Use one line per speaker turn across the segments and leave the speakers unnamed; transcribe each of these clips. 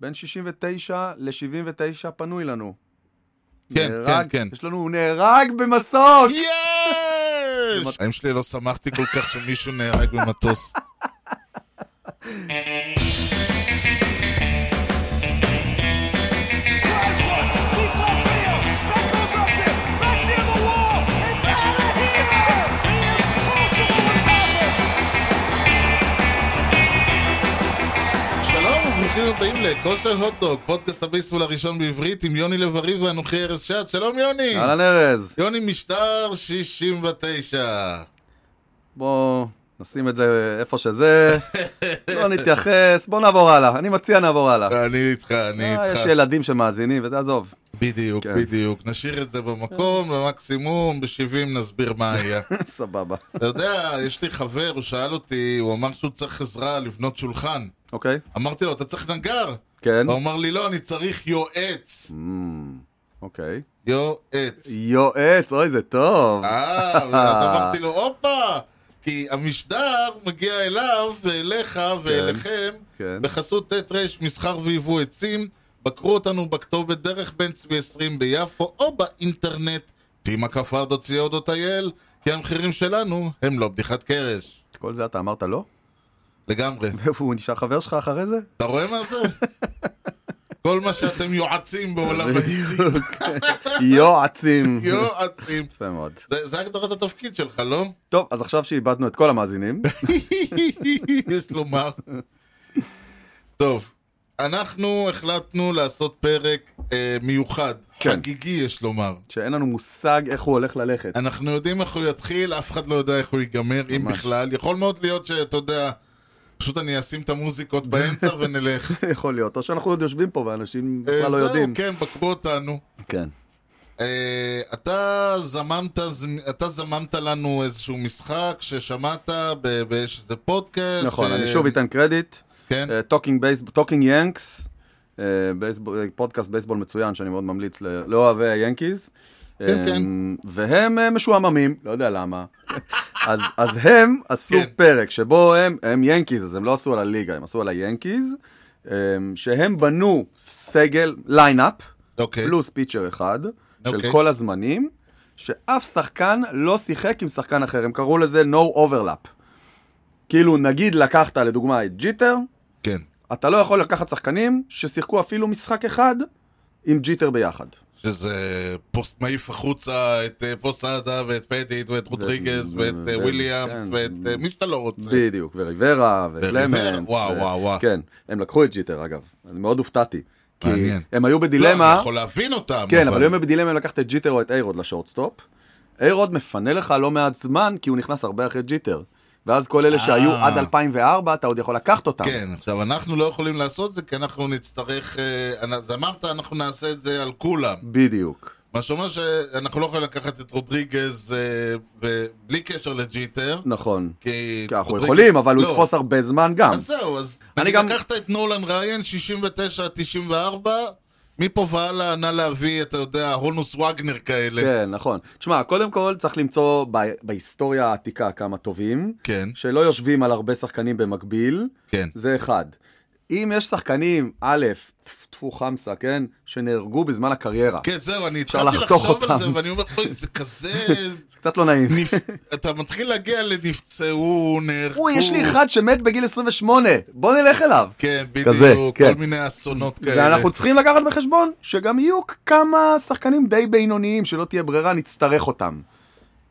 בין 69 ל-79 פנוי לנו.
כן,
נהרג,
כן, כן.
יש לנו, הוא נהרג במסוק!
יש! האם שלי לא שמחתי כל כך שמישהו נהרג במטוס.
Drives one, deep left field. That goes up to, back near the wall. It's out of here. The impossible has happened.
שלום וברוכים הבאים לכושר הוטדוג, פודקאסט הבייסבול הראשון בעברית עם יוני לב-ארי ואנוכי ארז שעד. שלום יוני!
אהלן ארז,
יוני משטר 69.
בואו נשים את זה איפה שזה, לא נתייחס, בואו נעבור הלאה. אני מציע נעבור הלאה.
אני איתך, אני
אה, יש
איתך.
ילדים שמאזינים וזה, עזוב.
בדיוק,
כן.
בדיוק. נשאיר את זה במקום, במקסימום, ב-70 נסביר מה היה.
סבבה.
אתה יודע, יש לי חבר, הוא שאל אותי, הוא אמר שהוא צריך עזרה לבנות שולחן.
אוקיי?
אמרתי לו, אתה צריך נגר?
כן?
הוא אמר לי, לא, אני צריך יועץ.
אמ, אוקיי.
יועץ.
יועץ, אוי, זה טוב.
אה, אז אמרתי לו, הופה! כי המשדר מגיע אליו ואליך ואליכם
כן.
בחסות ט' ר' מסחר ויבוא עצים. בקרו אותנו בכתובת דרך בן צבי 20 ביפו או באינטרנט טימה כפרדו ציודו טייל כי המחירים שלנו הם לא בדיחת קרש.
כל זה אתה אמרת לא?
לגמרי.
איפה הוא נשאר חבר שלך אחרי זה?
אתה רואה מה זה? כל מה שאתם יועצים בעולם העצים.
יועצים.
יועצים.
יפה מאוד.
זה זה הגדרת התפקיד שלך, לא?
טוב, אז עכשיו שאיבדנו את כל המאזינים,
יש לומר. טוב, אנחנו החלטנו לעשות פרק אה, מיוחד,
כן.
חגיגי יש לומר.
שאין לנו מושג איך הוא הולך ללכת.
אנחנו יודעים איך הוא יתחיל, אף אחד לא יודע איך הוא ייגמר, אם
ממש.
בכלל. יכול מאוד להיות שאתה יודע, פשוט אני אשים את המוזיקות באמצע ונלך.
יכול להיות, או שאנחנו עוד יושבים פה ואנשים
אה,
בכלל לא יודעים.
כן, בקרו אותנו.
כן.
אה, אתה זממת, זמ- אתה זממת לנו איזשהו משחק ששמעת ב- באיזה פודקאסט.
נכון,
אה,
אני שוב אתן קרדיט. אה,
כן,
טוקינג ינקס, אה, פודקאסט בייסבול מצוין שאני מאוד ממליץ ל- לאוהבי היאנקיז. אה,
כן.
והם אה, משועממים, לא יודע למה. אז, אז הם עשו
כן.
פרק שבו הם, הם ינקיז, אז הם לא עשו על הליגה, הם עשו על היאנקיז, אה, שהם בנו סגל, ליינאפ,
אוקיי.
פלוס פיצ'ר אחד,
אוקיי.
של כל הזמנים, שאף שחקן לא שיחק עם שחקן אחר, הם קראו לזה no overlap. כאילו, נגיד לקחת לדוגמה את ג'יטר,
כן.
אתה לא יכול לקחת שחקנים ששיחקו אפילו משחק אחד עם ג'יטר ביחד.
שזה פוסט מעיף החוצה את אה, פוסט סעדה ואת פדיט ואת רודריגז ואת אה,
ו-
וויליאמס
כן.
ואת אה, מי שאתה לא רוצה.
בדיוק, וריברה,
וריברה,
וקלמנס.
וואו, וואו, וואו.
כן, הם לקחו את ג'יטר אגב, אני מאוד הופתעתי. כי
מעניין.
הם היו
לא,
בדילמה,
אני יכול להבין אותם.
כן, אבל היום בדילמה אם לקחת את ג'יטר או את איירוד לשורטסטופ. איירוד מפנה לך לא מעט זמן, כי הוא נכנס הרבה אחרי ג'יטר. ואז כל אלה שהיו
אה.
עד 2004, אתה עוד יכול לקחת אותם.
כן, עכשיו אנחנו לא יכולים לעשות את זה כי אנחנו נצטרך... אה, אנ- אז אמרת, אנחנו נעשה את זה על כולם.
בדיוק.
מה שאומר שאנחנו לא יכולים לקחת את רודריגז אה, ו- בלי קשר לג'יטר.
נכון.
כי
כי אנחנו
רודריגז-
יכולים, אבל הוא
לא.
יתפוס הרבה זמן גם.
אז זהו, אז
אני
נגיד
גם-
לקחת את נולן ריין, 69 עד 94, מפה והלאה נא להביא, אתה יודע, הונוס וגנר כאלה.
כן, נכון. תשמע, קודם כל צריך למצוא ב- בהיסטוריה העתיקה כמה טובים,
כן,
שלא יושבים על הרבה שחקנים במקביל,
כן,
זה אחד. אם יש שחקנים, א', טפו חמסה, כן, שנהרגו בזמן הקריירה,
כן, זהו, אני
אפשר
התחלתי
לחתוך
לחשוב על
אותם.
זה, ואני אומר, אוי, זה כזה...
קצת לא נעים.
נפ... אתה מתחיל להגיע לנפצעו, נהרגו.
אוי, יש לי אחד שמת בגיל 28, בוא נלך אליו.
כן,
כזה,
בדיוק, כל
כן.
מיני אסונות כאלה.
ואנחנו צריכים לקחת בחשבון שגם יהיו כמה שחקנים די בינוניים, שלא תהיה ברירה, נצטרך אותם.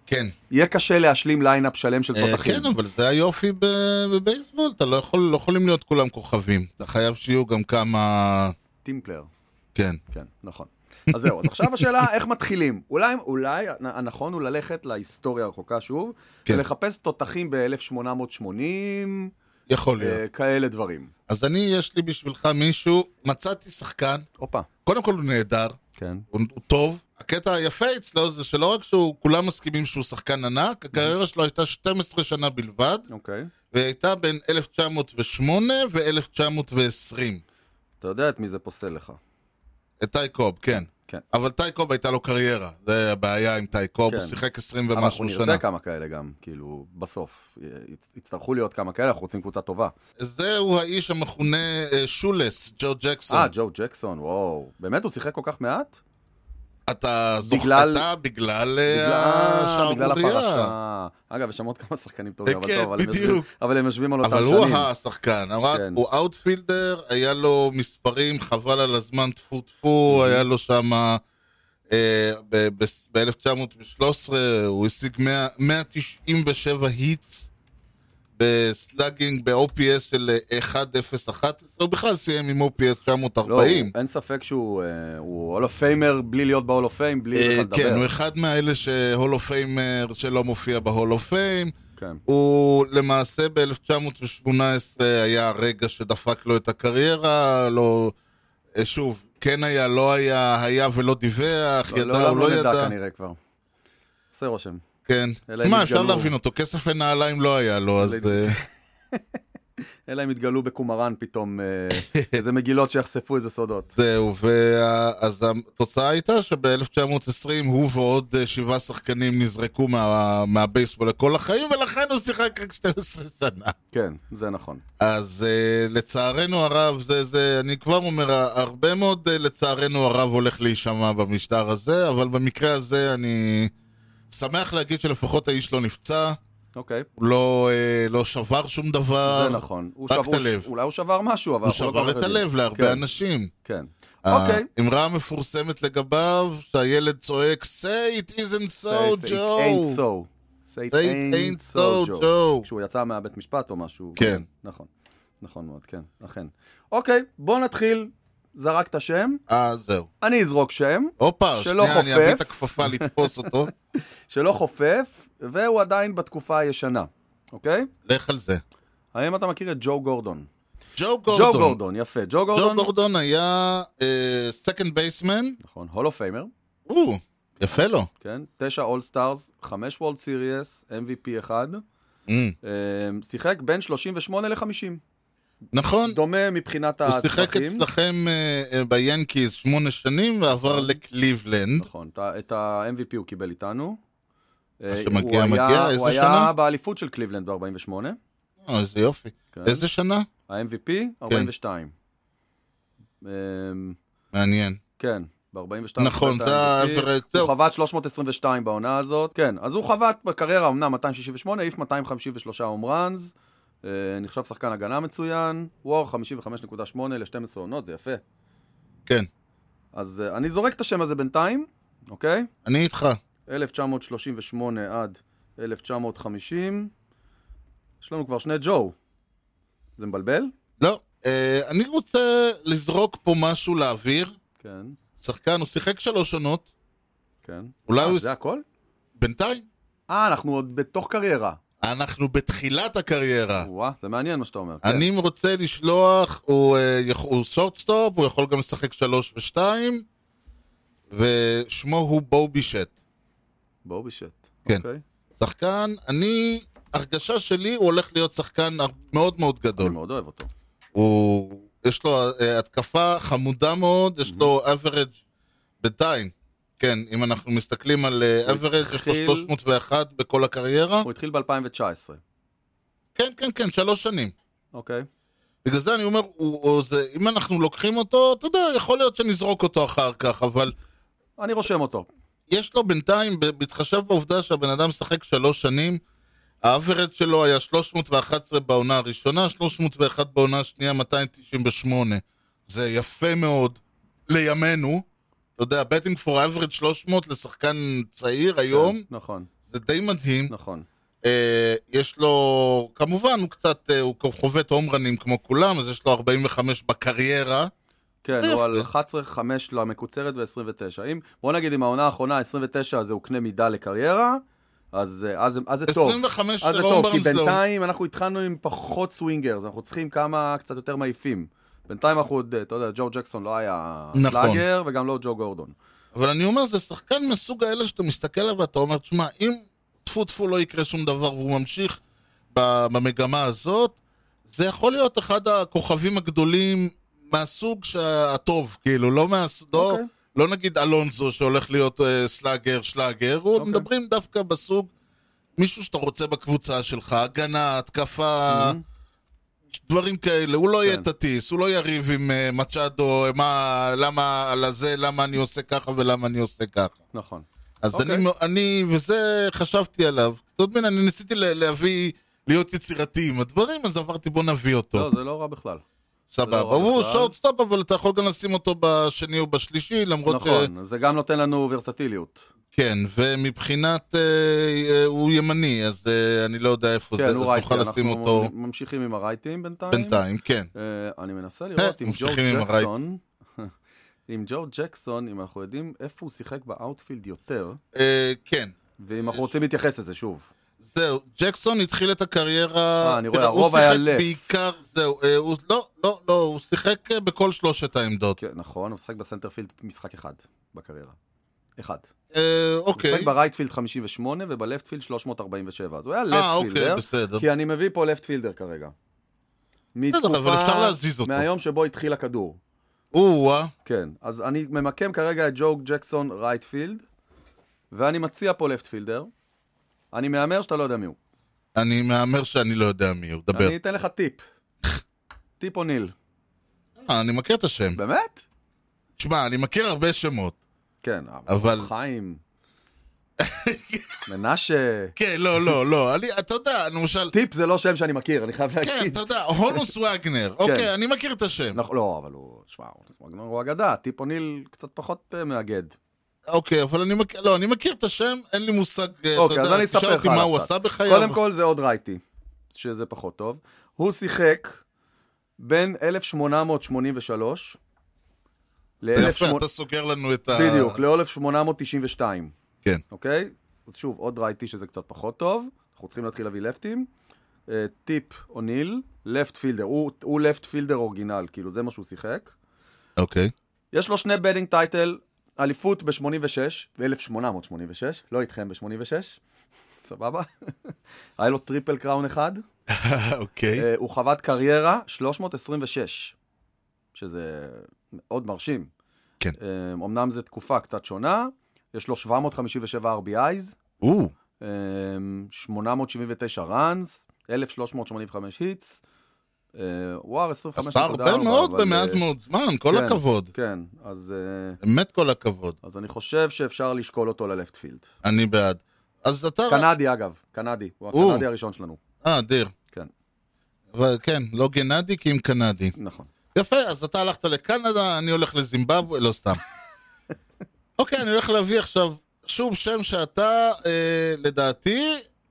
כן.
יהיה קשה להשלים ליינאפ שלם של
אה,
תותחים.
כן, אבל זה היופי ב- בבייסבול, אתה לא יכול, לא יכולים להיות כולם כוכבים. אתה חייב שיהיו גם כמה...
טימפלר.
כן.
כן, נכון. אז זהו, אז עכשיו השאלה, איך מתחילים? אולי, אולי הנ- הנכון הוא ללכת להיסטוריה הרחוקה שוב,
כן.
ולחפש תותחים ב-1880,
יכול להיות.
אה, כאלה דברים.
אז אני, יש לי בשבילך מישהו, מצאתי שחקן,
הופה.
קודם כל הוא נהדר,
כן.
הוא, הוא טוב. הקטע היפה אצלו זה שלא רק שהוא, כולם מסכימים שהוא שחקן ענק, הקריירה שלו הייתה 12 שנה בלבד,
אוקיי.
והיא הייתה בין 1908 ו-1920.
אתה יודע את מי זה פוסל לך.
את טי קוב, כן.
כן.
אבל טייקוב הייתה לו קריירה, זה הבעיה עם טייקוב,
כן.
הוא שיחק 20
אנחנו
ומשהו שנה.
נרצה כמה כאלה גם, כאילו, בסוף. יצ- יצטרכו להיות כמה כאלה, אנחנו רוצים קבוצה טובה.
זהו האיש המכונה אה, שולס, ג'ו ג'קסון.
אה, ג'ו ג'קסון, וואו. באמת הוא שיחק כל כך מעט?
אתה
בגלל-
זוכתה בגלל אה,
בגלל- בגלל
השערורייה.
הפרשה. אגב, יש שם עוד כמה שחקנים טובים, אבל
כן,
טוב, אבל הם
בדיוק.
יושבים- אבל הם יושבים על אותם
אבל הוא
שנים.
השחקן, אמרת,
כן.
הוא אאוטפילדר, היה לו מספרים, חבל על הזמן, טפו טפו, היה לו אה, שם... ב-1913 הוא השיג 100 197 היטס בסלאגינג ב-OPS של אה, 1.011, הוא בכלל סיים עם OPS 940.
לא, הוא- אין ספק שהוא אה, הוא הול אוף פיימר בלי להיות בהול אוף פיים, בלי
אה,
בכלל
כן, הוא
לדבר.
אחד מאלה שהול אוף פיימר שלא מופיע בהול אוף פיים.
כן.
הוא למעשה ב-1918 היה הרגע שדפק לו את הקריירה, לא... אה, שוב, כן היה, לא היה, היה ולא דיווח,
לא-
ידע או לא
לעולם
ידע,
נדע כנראה כבר. עושה רושם.
כן.
אלא אם
שמע, אפשר
יתגלו.
להבין אותו, כסף לנעליים לא היה לו, אז...
אלא אם-
אה,
אלא אם יתגלו בקומראן פתאום אה, איזה מגילות שיחשפו איזה סודות.
זהו, וה... אז התוצאה הייתה שב-1920 הוא ועוד אה, שבעה שחקנים נזרקו מה... מהבייסבול לכל החיים, ולכן הוא שיחק רק 12 שנה.
כן, זה נכון.
אז uh, לצערנו הרב, זה, זה, אני כבר אומר, הרבה מאוד uh, לצערנו הרב הולך להישמע במשטר הזה, אבל במקרה הזה אני שמח להגיד שלפחות האיש לא נפצע,
אוקיי,
הוא לא, uh, לא שבר שום דבר,
זה נכון. הוא
רק
שבר-
את הלב.
אולי הוא שבר משהו, אבל...
הוא
אנחנו לא כל
שבר
כך
את
יודעים.
הלב להרבה
כן,
אנשים. אה,
כן. אוקיי.
האמרה המפורסמת לגביו, שהילד צועק, say it isn't
Say it
so,
ain't
Joe.
so. Say it ain't so, Joe. כשהוא יצא מהבית משפט או משהו.
כן.
נכון. נכון מאוד, כן, אכן. אוקיי, בוא נתחיל. זרקת שם,
אה, זהו.
אני אזרוק שם,
הופה,
שלא
שנייה, אני אביא את
חופף.
הכפפה לתפוס אותו.
שלא חופף, והוא עדיין בתקופה הישנה, אוקיי?
לך על זה.
האם אתה מכיר את ג'ו גורדון?
ג'ו
ג'ו
גורדון.
גורדון, יפה. ג'ו
ג'ו
גורדון,
גורדון היה אה, סקנד בייסמן,
נכון, הולו פיימר,
הוא, יפה לו.
כן? תשע אול סטארס, חמש וולד סיריאס, MVP אחד.
Mm,
אה, שיחק בין 38 ל-50.
נכון,
דומה מבחינת
הוא שיחק
הצרכים.
אצלכם אה, אה, ביאנקיז שמונה שנים ועבר לקליבלנד.
נכון, את ה- את ה-MVP הוא קיבל איתנו. אה,
שמגיע,
הוא היה-
מגיע, איזה
הוא היה
שנה?
באליפות של קליבלנד ב-48.
אה, איזה יופי.
כן.
איזה שנה?
ה-MVP,
כן.
42. אמ,
מעניין.
כן, ב-42.
נכון, זה ה-average,
הוא
זהו.
חבט 322 בעונה הזאת. כן, אז הוא חבט בקריירה אמנם 268, העיף 253 הום ראנס. אה, נחשב שחקן הגנה מצוין. וור 55.8 ל-12 עונות, זה יפה.
כן,
אז אה, אני זורק את השם הזה בינתיים, אוקיי?
אני איתך.
1938 עד 1950. יש לנו כבר שני ג'ו. זה מבלבל?
לא, אה, אני רוצה לזרוק פה משהו לאוויר.
כן,
שחקן, הוא שיחק שלוש עונות,
כן.
אולי הוא...
אה, זה הכל?
בינתיים.
אה, אנחנו עוד בתוך קריירה.
אנחנו בתחילת הקריירה.
וואה, זה מעניין מה שאתה אומר. כן.
אה. אני רוצה לשלוח, הוא, אה, יכ- הוא שורטסטופ, הוא יכול גם לשחק שלוש ושתיים, ושמו הוא בובישט.
בואו בשט.
כן.
אוקיי.
שחקן, אני, הרגשה שלי, הוא הולך להיות שחקן הר- מאוד מאוד
אני
גדול.
מאוד אוהב אותו.
הוא, יש לו אה, התקפה חמודה מאוד, יש לו average בינתיים. כן, אם אנחנו מסתכלים על אה,
הוא
average, יש לו
התחיל-
301 בכל הקריירה.
הוא התחיל ב-2019.
כן, כן, כן, שלוש שנים.
אוקיי.
בגלל זה אני אומר, הוא, הוא, זה, אם אנחנו לוקחים אותו, אתה יודע, יכול להיות שנזרוק אותו אחר כך, אבל
אני רושם אותו.
יש לו בינתיים, ב- בהתחשב בעובדה שהבן אדם משחק שלוש שנים, האברד שלו היה 311 בעונה הראשונה, 301 בעונה השנייה, 298. זה יפה מאוד לימינו. אתה יודע, בטינג פור אברד 300 לשחקן צעיר היום,
כן, נכון,
זה די מדהים.
נכון.
אה, יש לו, כמובן, הוא קצת, אה, הוא חובט הומרנים כמו כולם, אז יש לו 45 בקריירה.
כן, הוא
זה יפה.
על 11-5 למקוצרת ו-29. אם, בוא נגיד, אם העונה האחרונה, 29, זה הוא קנה מידה לקריירה, אז אה, אז- אז זה טוב.
25
אז זה טוב, כי
הומרנס לא...
בינתיים אנחנו התחלנו עם פחות סווינגרס, אנחנו צריכים כמה קצת יותר מעיפים. בינתיים אנחנו עוד, אה, אתה יודע, ג'ו ג'קסון לא היה
נכון.
פלאגר, וגם לא ג'ו גורדון.
אבל אני אומר, זה שחקן מסוג האלה שאתה מסתכל עליו ואתה אומר, תשמע, אם טפו טפו לא יקרה שום דבר והוא ממשיך ב- במגמה הזאת, זה יכול להיות אחד הכוכבים הגדולים מהסוג שה- הטוב, כאילו, לא מהס... לא,
אוקיי.
לא נגיד אלונזו שהולך להיות אה, סלאגר, שלאגר, הוא
אוקיי.
מדברים דווקא בסוג מישהו שאתה רוצה בקבוצה שלך, הגנה, התקפה, דברים כאלה. הוא לא יהיה
Mm-hmm. כן.
תטיס, הוא לא יריב עם אה, מצ'אדו, מה, למה, על הזה, למה אני עושה ככה ולמה אני עושה ככה.
נכון.
אז
אוקיי.
אני, אני, וזה חשבתי עליו. אתה יודע, אני ניסיתי ל- להביא, להיות יצירתי עם הדברים, אז אמרתי בוא נביא אותו.
לא, זה לא רע בכלל.
סבבה,
לא רע
הוא
בכלל.
שורטסטופ, אבל אתה יכול גם לשים אותו בשני או בשלישי, למרות ש...
נכון, זה גם נותן לנו ורסטיליות.
כן, ומבחינת... אה, אה, הוא ימני, אז אה, אני לא יודע איפה
כן,
זה, אז
הוא רייטי,
נוכל לשים
אנחנו
אותו
ממשיכים עם הרייטים בינתיים.
בינתיים, כן.
אה, אני מנסה לראות
אה,
עם ג'ו
ממשיכים עם
ג'קסון, עם ג'ו ג'קסון, אם אנחנו יודעים איפה הוא שיחק באאוטפילד יותר,
אה, כן.
ואם אנחנו רוצים להתייחס לזה שוב.
זהו, ג'קסון התחיל את הקריירה...
אה, אני רואה,
תראה,
הרוב היה
הוא שיחק
לף.
בעיקר, זהו, אה, הוא... לא, לא, לא, הוא שיחק אה, בכל שלושת העמדות.
כן, נכון, הוא משחק בסנטרפילד משחק אחד בקריירה. אחד.
אה,
הוא
אוקיי.
משחק ברייטפילד 58 ובלפטפילד 347, אז הוא היה
אה, אוקיי,
לפטפילדר,
בסדר.
כי אני מביא פה לפטפילדר כרגע.
בסדר, אבל
מתקופה-
אפשר להזיז אותו.
מהיום שבו התחיל הכדור.
או-אה,
כן, אז אני ממקם כרגע את ג'ו ג'קסון רייטפילד, ואני מציע פה לפטפילדר. אני מהמר שאתה לא יודע מי הוא.
אני מהמר שאני לא יודע מי הוא, דבר.
אני אתן לך טיפ. טיפ אוניל.
אה, אני מכיר את השם.
באמת?
תשמע, אני מכיר הרבה שמות.
כן,
אבל-
חיים. מנשה.
כן, לא, לא, לא. אני, אתה יודע, למשל...
טיפ זה לא שם שאני מכיר, אני חייב
כן,
להגיד.
אתה יודע, הונוס וגנר.
כן.
אוקיי, אני מכיר את השם.
נכון, לא, אבל הוא, שמע, הוא- הוא אגדה, טיפ אוניל קצת פחות אה, מאגד.
אוקיי, אבל אני מכיר, לא, אני מכיר את השם, אין לי מושג, אה, אתה
אוקיי,
יודע,
אז אני אספר
תשאל
לך
אותי מה
עליו
הוא
קצת.
עשה בחייו.
קודם כל זה עוד רייטי, שזה פחות טוב. הוא שיחק בין 1883
יפה,
ל-1892.
אתה סוגר לנו את ה...
בדיוק, ל-1892.
כן.
אוקיי? אז שוב, עוד רייטי שזה קצת פחות טוב. אנחנו צריכים להתחיל להביא לפטים. אה, טיפ אוניל, לפט פילדר. הוא- הוא לפט פילדר אורגינל, כאילו, זה מה שהוא שיחק.
אוקיי.
יש לו שני בדינג טייטל, אליפות ב-86, ב-1886, לא איתכם ב-86, סבבה? היה לו טריפל קראון אחד,
אוקיי.
אה, הוא חוות קריירה 326, שזה מאוד מרשים.
כן.
אה, אמנם זו תקופה קצת שונה, יש לו 757 RBIs,
או,
אה, 879 ראנס, 1385 היטס, אה, וואר 25.4.
עשה הרבה מאוד
אבל,
במעט
אה,
מאוד זמן, כל
כן,
הכבוד.
כן, אז... אה,
באמת כל הכבוד.
אז אני חושב שאפשר לשקול אותו ללפט פילד.
אני בעד. אז אתה...
קנדי אגב, קנדי, הוא
או.
הקנדי הראשון שלנו.
אה, דיר.
כן.
אבל כן, לא גנדי כי עם קנדי.
נכון.
יפה, אז אתה הלכת לקנדה, אני הולך לזימבבואה, לא סתם. אוקיי, אני הולך להביא עכשיו שוב שם שאתה, אה, לדעתי,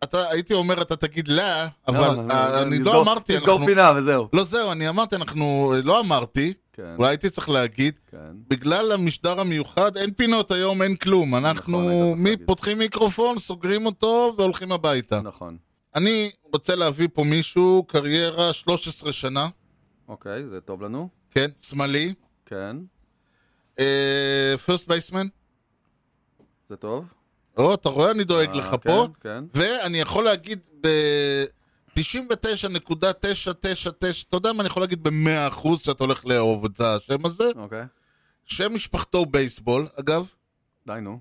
אתה, הייתי אומר, אתה תגיד לא, אבל
לא,
אה,
לא,
אני
נסגור-
לא אמרתי,
נסגור
אנחנו...
פינה וזהו.
לא זהו, אני אמרתי, אנחנו... אה, לא אמרתי,
כן,
אולי הייתי צריך להגיד,
כן.
בגלל המשדר המיוחד, אין פינות היום, אין כלום.
נכון,
אנחנו
היית צריך
מי-
להגיד.
פותחים מיקרופון, סוגרים אותו והולכים הביתה.
נכון.
אני רוצה להביא פה מישהו, קריירה 13 שנה,
אוקיי, זה טוב לנו.
כן, שמאלי.
כן,
פרסט בייסמן.
זה טוב.
או, אתה רואה, אני דואג
אה,
לך
כן,
פה.
כן.
ואני יכול להגיד ב... 99.999, אתה יודע מה אני יכול להגיד ב-100% שאתה הולך לאהוב את השם הזה?
אוקיי.
שם משפחתו הוא בייסבול, אגב.
די נו,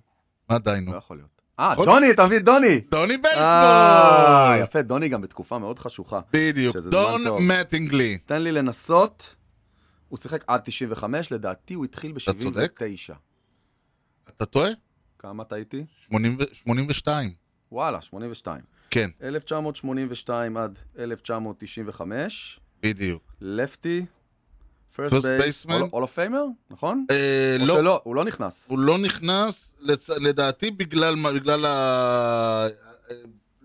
מה די נו?
לא יכול להיות. אה,
יכול-
דוני, אתה מבין, דוני!
דוני
אה,
בייסבול!
יפה, דוני גם בתקופה מאוד חשוכה.
בדיוק,
שזה זמן טוב.
דון מטינגלי.
תן לי לנסות. הוא שיחק עד 95, לדעתי הוא התחיל ב-79.
אתה טועה?
כמה אתה איתי?
80 ו- 82.
וואלה, 82.
כן,
1982 עד 1995,
בדיוק.
לפטי, פרסט
First
בייסמן,
baseman.
אול אוף פיימר, נכון?
אה,
או
לא,
שלא, הוא לא נכנס.
הוא לא נכנס, לצ... לדעתי בגלל מה, בגלל ה...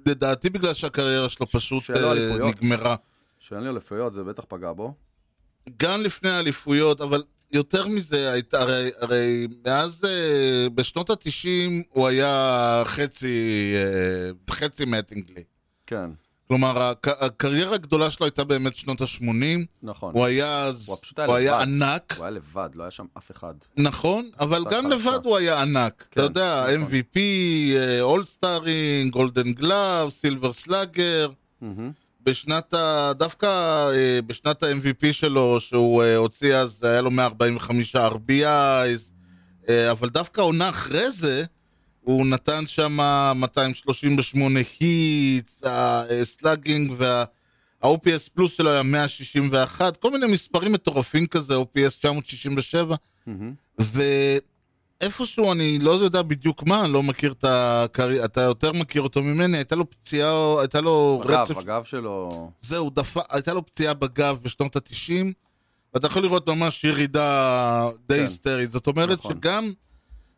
לדעתי בגלל שהקריירה שלו פשוט
שאלה
אה,
אליפויות.
נגמרה.
שאין לי אליפויות, זה בטח פגע בו.
גם לפני האליפויות, אבל יותר מזה, היית, הרי, הרי מאז, אה, בשנות התשעים הוא היה חצי, אה, חצי מאטינגלי.
כן,
כלומר, הק... הקריירה הגדולה שלו הייתה באמת שנות ה-80,
נכון.
הוא היה אז,
הוא פשוט היה
הוא היה
לבד.
ענק,
הוא היה לבד, לא היה שם אף אחד.
נכון, אבל
קצת
גם
חלשה.
לבד הוא היה ענק. אתה
כן,
יודע,
נכון.
MVP, אה, אולסטארינג, גולדן גלאב, סילבר סלאגר.
מהמם.
בשנת ה... דווקא אה, בשנת ה-MVP שלו, שהוא אה, הוציא אז, היה לו 145 RBIs, אה, אבל דווקא עונה אחרי זה, הוא נתן שם 238 היטס, הסלאגינג וה... ה-OPS פלוס שלו היה 161, כל מיני מספרים מטורפים כזה, OPS 967,
מהמם.
ואיפשהו, אני לא יודע בדיוק מה, אני לא מכיר את הקרי... אתה יותר מכיר אותו ממני, הייתה לו פציעה, הייתה לו רצף
הגב, הגב שלו...
זהו, דפ... הייתה לו פציעה בגב בשנות ה-90, ואתה יכול לראות ממש ירידה די
כן.
היסטרית. זאת אומרת
נכון.
שגם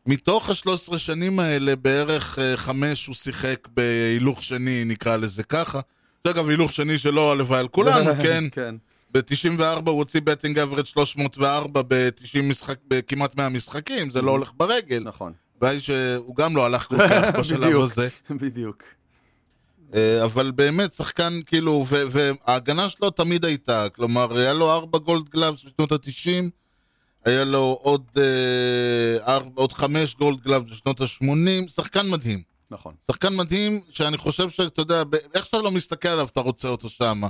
מתוך ה-13 שנים האלה, בערך אה, חמש הוא שיחק בהילוך שני, נקרא לזה ככה. אגב, הילוך שני שלו הלוואי על כולנו, כן?
כן.
ב-94 הוא הוציא בטינג אברד 304 ב-90 משחק, בכמעט 100 משחקים, זה לא הולך ברגל.
Mm. נכון,
הבעיה היא שהוא גם לא הלך כל כך בשלב
בדיוק.
הזה.
בדיוק.
אה, אבל באמת, שחקן כאילו, ו- וההגנה שלו תמיד הייתה, כלומר, היה לו ארבע גולד גלאבס בשנות ה-90, היה לו עוד, אה, ארבע, עוד חמש גולד גלאבס בשנות ה-80, שחקן מדהים.
נכון.
שחקן מדהים, שאני חושב שאתה יודע, ב- איך שאתה לא מסתכל עליו, אתה רוצה אותו שם.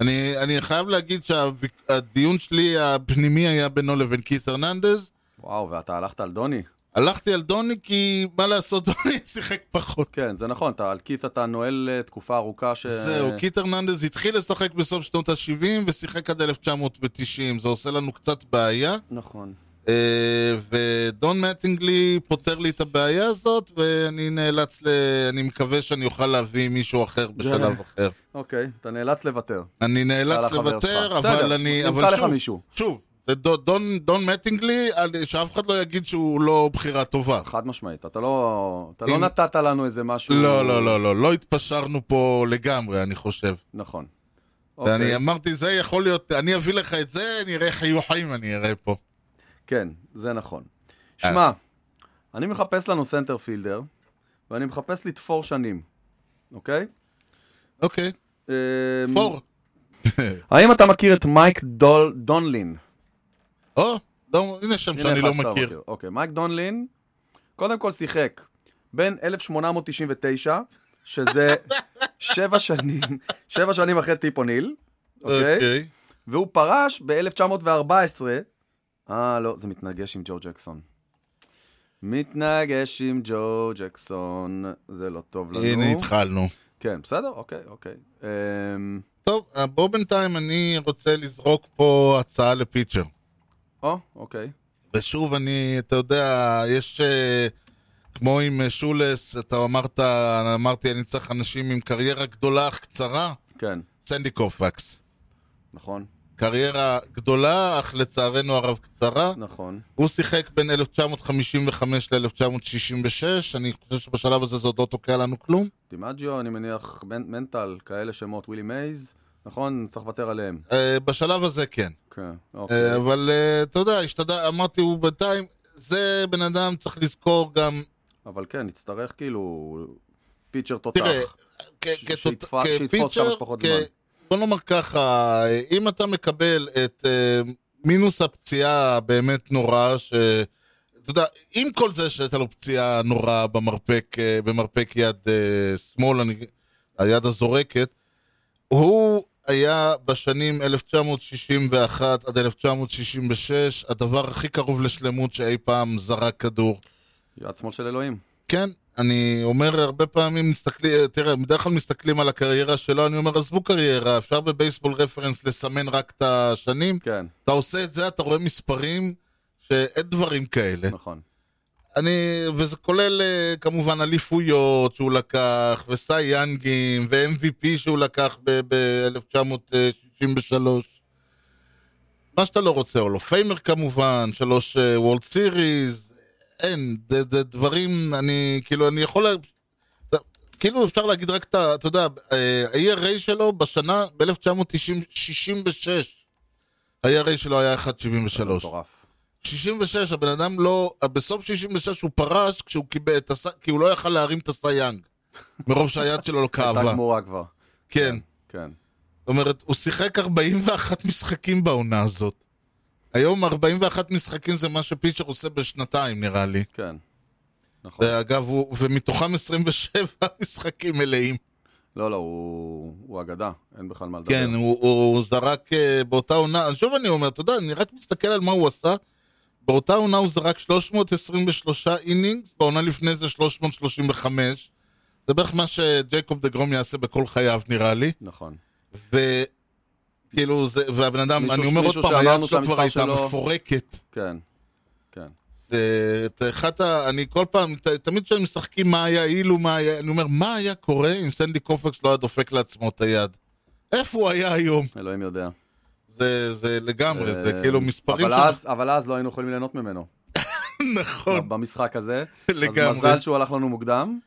אני, אני חייב להגיד שהדיון שלי הפנימי היה בינו לבין כיס הרננדז.
וואו, ואתה הלכת על דוני.
הלכתי על דוני כי, מה לעשות, דוני שיחק פחות.
כן, זה נכון, אתה, על קיט אתה נועל אה, תקופה ארוכה ש...
זהו, קיט הרננדז התחיל לשחק בסוף שנות ה-70 ושיחק עד 1990, זה עושה לנו קצת בעיה.
נכון.
אה, ודון מטינגלי פותר לי את הבעיה הזאת, ואני נאלץ ל... אני מקווה שאני אוכל להביא מישהו אחר בשלב אחר.
אוקיי, אתה נאלץ לוותר.
אני נאלץ
על החבר
לוותר,
שלך.
אבל
בסדר,
אני...
נמצא
אבל
לך
שוב,
מישהו.
שוב, זה דו- דון- דון מטינגלי, אני- שאף אחד לא יגיד שהוא לא בחירה טובה.
חד משמעית, אתה לא... אתה לא
אם-
נתת לנו איזה משהו...
לא, לא, לא, לא, לא התפשרנו פה לגמרי, אני חושב.
נכון.
ואני אמ-
אוקיי,
אמרתי, זה יכול להיות, אני אביא לך את זה, נראה איך יהיו חיים, אני אראה פה.
כן, זה נכון.
אה.
שמע, אני מחפש לנו סנטרפילדר, ואני מחפש לתפור שנים, אוקיי?
אוקיי,
אמ,
פור.
האם אתה מכיר את מייק דול- דונלין?
או, לא, הנה שם
הנה
שאני
אחד
לא
שאתה
מכיר.
אוקיי, מייק דונלין, קודם כל שיחק בין 1899, שזה שבע שנים, שבע שנים אחרי טיפ אוניל, אוקיי?
אוקיי.
והוא פרש ב-1914, אה, לא, זה מתנגש עם ג'ו ג'קסון. מתנגש עם ג'ו ג'קסון, זה לא טוב לנו.
אוקיי, הנה התחלנו.
כן, בסדר, אוקיי, אוקיי. אמ,
טוב, אה, בוא בינתיים אני רוצה לזרוק פה הצעה לפיצ'ר.
או, אוקיי.
ושוב, אני, אתה יודע, יש... אה, כמו עם אה, שולס, אתה אמרת, אמרתי, אני צריך אנשים עם קריירה גדולה אך קצרה,
כן,
סנדי קופקס.
נכון,
קריירה גדולה, אך לצערנו הרב קצרה.
נכון.
הוא שיחק בין 1955 ל-1966, אני חושב שבשלב הזה זה עוד לא תוקע לנו כלום.
דימג'יו, אני מניח, מנ- מנטל, כאלה שמות, ווילי מייז, נכון? צריך לוותר עליהם.
אה, בשלב הזה כן.
כן,
אה,
אוקיי.
אבל אה, אתה יודע, השתדל, אמרתי, הוא בינתיים, זה בן אדם, צריך לזכור גם,
אבל כן, נצטרך כאילו פיצ'ר
תראה,
תותח.
כ-
ש-
כתות-
שיתפ- שיתפוס
כפיצ'ר,
כמה שפחות
כ-
זמן.
בוא נאמר ככה, אה, אם אתה מקבל את אה, מינוס הפציעה הבאמת נוראה, ש... אתה יודע, עם כל זה שהייתה לו פציעה נוראה במרפק, אה, במרפק יד אה, שמאל, אני, היד הזורקת, הוא היה בשנים 1961 עד 1966 הדבר הכי קרוב לשלמות שאי פעם זרק כדור.
יד שמאל של אלוהים.
כן, אני אומר הרבה פעמים, מסתכלים, תראה, בדרך כלל מסתכלים על הקריירה שלו, אני אומר, עזבו קריירה, אפשר בבייסבול רפרנס לסמן רק את השנים.
כן,
אתה עושה את זה, אתה רואה מספרים שאין דברים כאלה.
נכון.
אני, וזה כולל אה, כמובן אליפויות שהוא לקח, וסי יאנגים, ו-MVP שהוא לקח ב-1963. מה שאתה לא רוצה, הולו פיימר כמובן, שלוש וולד סיריז, אין, זה זה דברים, אני, כאילו, אני יכול, לה- זה- כאילו אפשר להגיד רק את ה, אתה יודע, אה, ה-ERA שלו בשנה, ב-1966, ה-ERA שלו היה 1.73.
מטורף.
66, הבן אדם לא... בסוף 66 הוא פרש כשהוא קיבל את הס... כי הוא לא יכל להרים את הסייאנג. מרוב שהיד שלו לא
הייתה
כאבה.
גמורה כבר.
כן.
כן.
זאת אומרת, הוא שיחק 41 משחקים בעונה הזאת. היום 41 משחקים זה מה שפיצ'ר עושה בשנתיים, נראה לי.
כן. נכון.
ואגב, הוא... ומתוכם 27 משחקים מלאים.
לא, לא, הוא הוא אגדה, אין בכלל מה לדבר.
כן, הוא, הוא זרק אה, באותה עונה, שוב אני אומר, אתה יודע, אני רק מסתכל על מה הוא עשה. באותה עונה הוא זרק 323 אינינגס, בעונה לפני זה 335. זה בערך מה שג'ייקוב דה גרום יעשה בכל חייו, נראה לי.
נכון.
וכאילו, זה, והבן אדם,
מישהו-
אני אומר עוד
מישהו
פעם,
שאמרנו
היד
את
שלו כבר
המספר
הייתה
שלו.
מפורקת.
כן, כן.
זה את אחת ה... אני כל פעם, ת, תמיד כשהם משחקים מה היה אילו, מה היה, אני אומר, מה היה קורה אם סנדי קופקס לא היה דופק לעצמו את היד? איפה הוא היה היום?
אלוהים יודע.
זה, זה לגמרי, זה
אה,
כאילו מספרים
אבל אז- אבל אז לא היינו יכולים ליהנות ממנו.
נכון,
במשחק הזה. אז
לגמרי.
מזל שהוא הלך לנו מוקדם.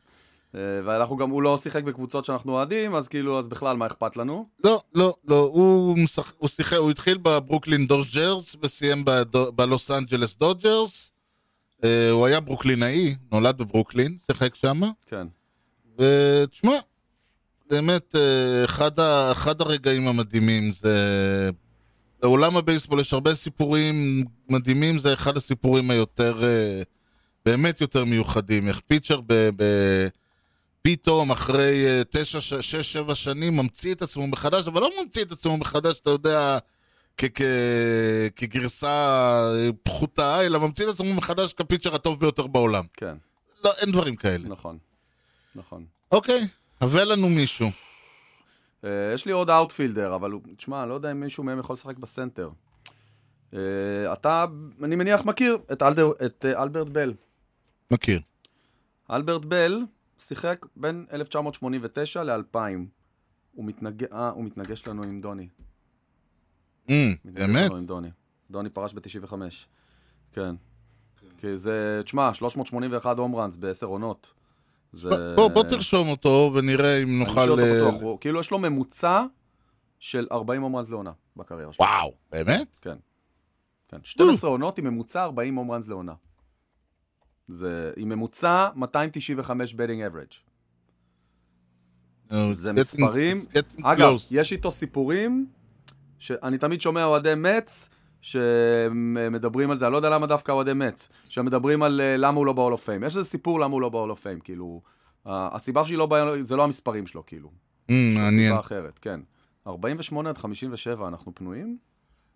אה, ואנחנו גם, הוא לא שיחק בקבוצות שאנחנו אוהדים, אז כאילו, אז בכלל, מה אכפת לנו?
לא, לא, לא, הוא משחק, הוא שיחק, הוא התחיל בברוקלין דודג'רס וסיים בדו- בלוס אנג'לס דודג'רס. אה, הוא היה ברוקלינאי, נולד בברוקלין, שיחק שם.
כן.
ותשמע, באמת, אה, אחד, ה, אחד הרגעים המדהימים זה... בעולם הבייסבול יש הרבה סיפורים מדהימים, זה אחד הסיפורים היותר, אה, באמת יותר מיוחדים. איך פיצ'ר ב, ב, פתאום אחרי אה, תשע, ש- שש, שבע שנים ממציא את עצמו מחדש, אבל לא ממציא את עצמו מחדש, אתה יודע, כ, כ, כגרסה אה, פחותה, אלא ממציא את עצמו מחדש כפיצ'ר הטוב ביותר בעולם.
כן,
לא, אין דברים כאלה.
נכון. נכון.
אוקיי, הבא לנו מישהו.
אה, יש לי עוד אאוטפילדר, אבל הוא- תשמע, אני לא יודע אם מישהו מהם יכול לשחק בסנטר. אה, אתה, אני מניח, מכיר את אלדר- את, אה, אלברט בל.
מכיר.
אלברט בל שיחק בין 1989 ל-2000. הוא מתנגש, אה, הוא מתנגש לנו עם דוני.
Mm,
מתנגש
באמת?
לנו עם דוני. דוני פרש ב-95. כן. כי זה, תשמע, 381 הום ראנס בעשר עונות. זה...
ב- בוא, בוא תרשום אותו ונראה אם
אני
נוכל...
שואל אותו
אה,
בטוח, הוא- כאילו יש לו ממוצע של 40 הום ראנס לעונה בקריירה שלו.
וואו, באמת?
כן. 12 עונות עם ממוצע 40 הום ראנס לעונה. זה עם ממוצע 295 בדינג אברג'. זה
It's getting-
מספרים.
it's getting
אגב,
close.
יש איתו סיפורים שאני תמיד שומע אוהדי מצ שמדברים על זה, אני לא יודע למה דווקא אוהדי מצ, שמדברים על אה, למה הוא לא ב-all of fame. יש איזה סיפור למה הוא לא ב-all of fame, כאילו, ה- הסיבה שהיא לא ב... זה לא המספרים שלו, כאילו.
Mm, מעניין.
סיבה אחרת, כן. 48 עד 57 אנחנו פנויים?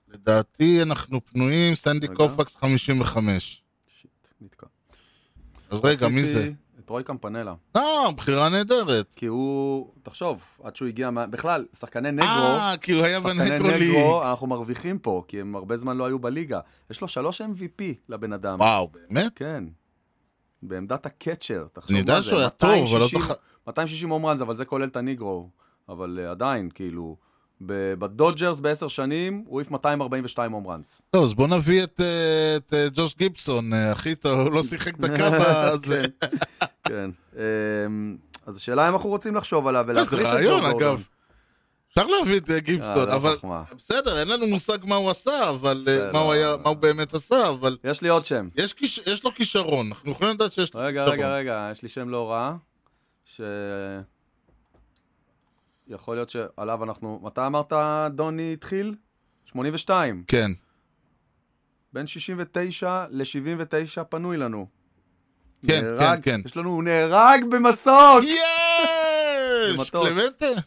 לדעתי אנחנו פנויים, סנדי
רגע.
קופקס 55.
שיט, נתקע.
אז רגע, מי
רציתי
זה?
את רוי קמפנלה,
אה, בחירה נהדרת.
כי הוא, תחשוב, עד שהוא הגיע, מה... בכלל, שחקני נגרו,
אה, כי הוא היה בנגרו
שחקני
ליג.
נגרו, אנחנו מרוויחים פה, כי הם הרבה זמן לא היו בליגה. יש לו שלוש MVP לבן אדם.
וואו, באמת?
כן. בעמדת הקצ'ר, תחשוב
אני יודע שהוא היה טוב, אבל לא
260
זוכר.
260 הום ראנס, אבל זה כולל את הניגרו. אבל אה, עדיין, כאילו, ב- בדודג'רס בעשר שנים, הוא העיף 242 הום ראנס.
טוב, לא, אז בוא נביא את, אה, את אה, ג'וש גיבסון, אה, אחי טוב, הוא לא שיחק דקה בזה.
כן. אמ, אז השאלה אם אנחנו רוצים לחשוב עליו ולהחליף
זה
את
רעיון,
ג'ו גורדון.
אגב. אפשר להביא את אה, גיבסון,
אה, לא
אבל...
חוכמה.
בסדר, אין לנו מושג מה הוא עשה, אבל... אה,
בסדר.
מה הוא היה- מה הוא באמת עשה, אבל...
יש לי עוד שם.
יש כיש- יש לו כישרון, אנחנו יכולים לדעת שיש לו
רגע,
כישרון.
רגע, רגע, יש לי שם לא רע, ש... יכול להיות שעליו אנחנו... מתי אמרת דוני התחיל? 82.
כן.
בין 69 ל-79 פנוי לנו.
כן,
נהרג,
כן, כן.
יש לנו, הוא נהרג במסוק!
יש!
במטוס.
קלמנטה?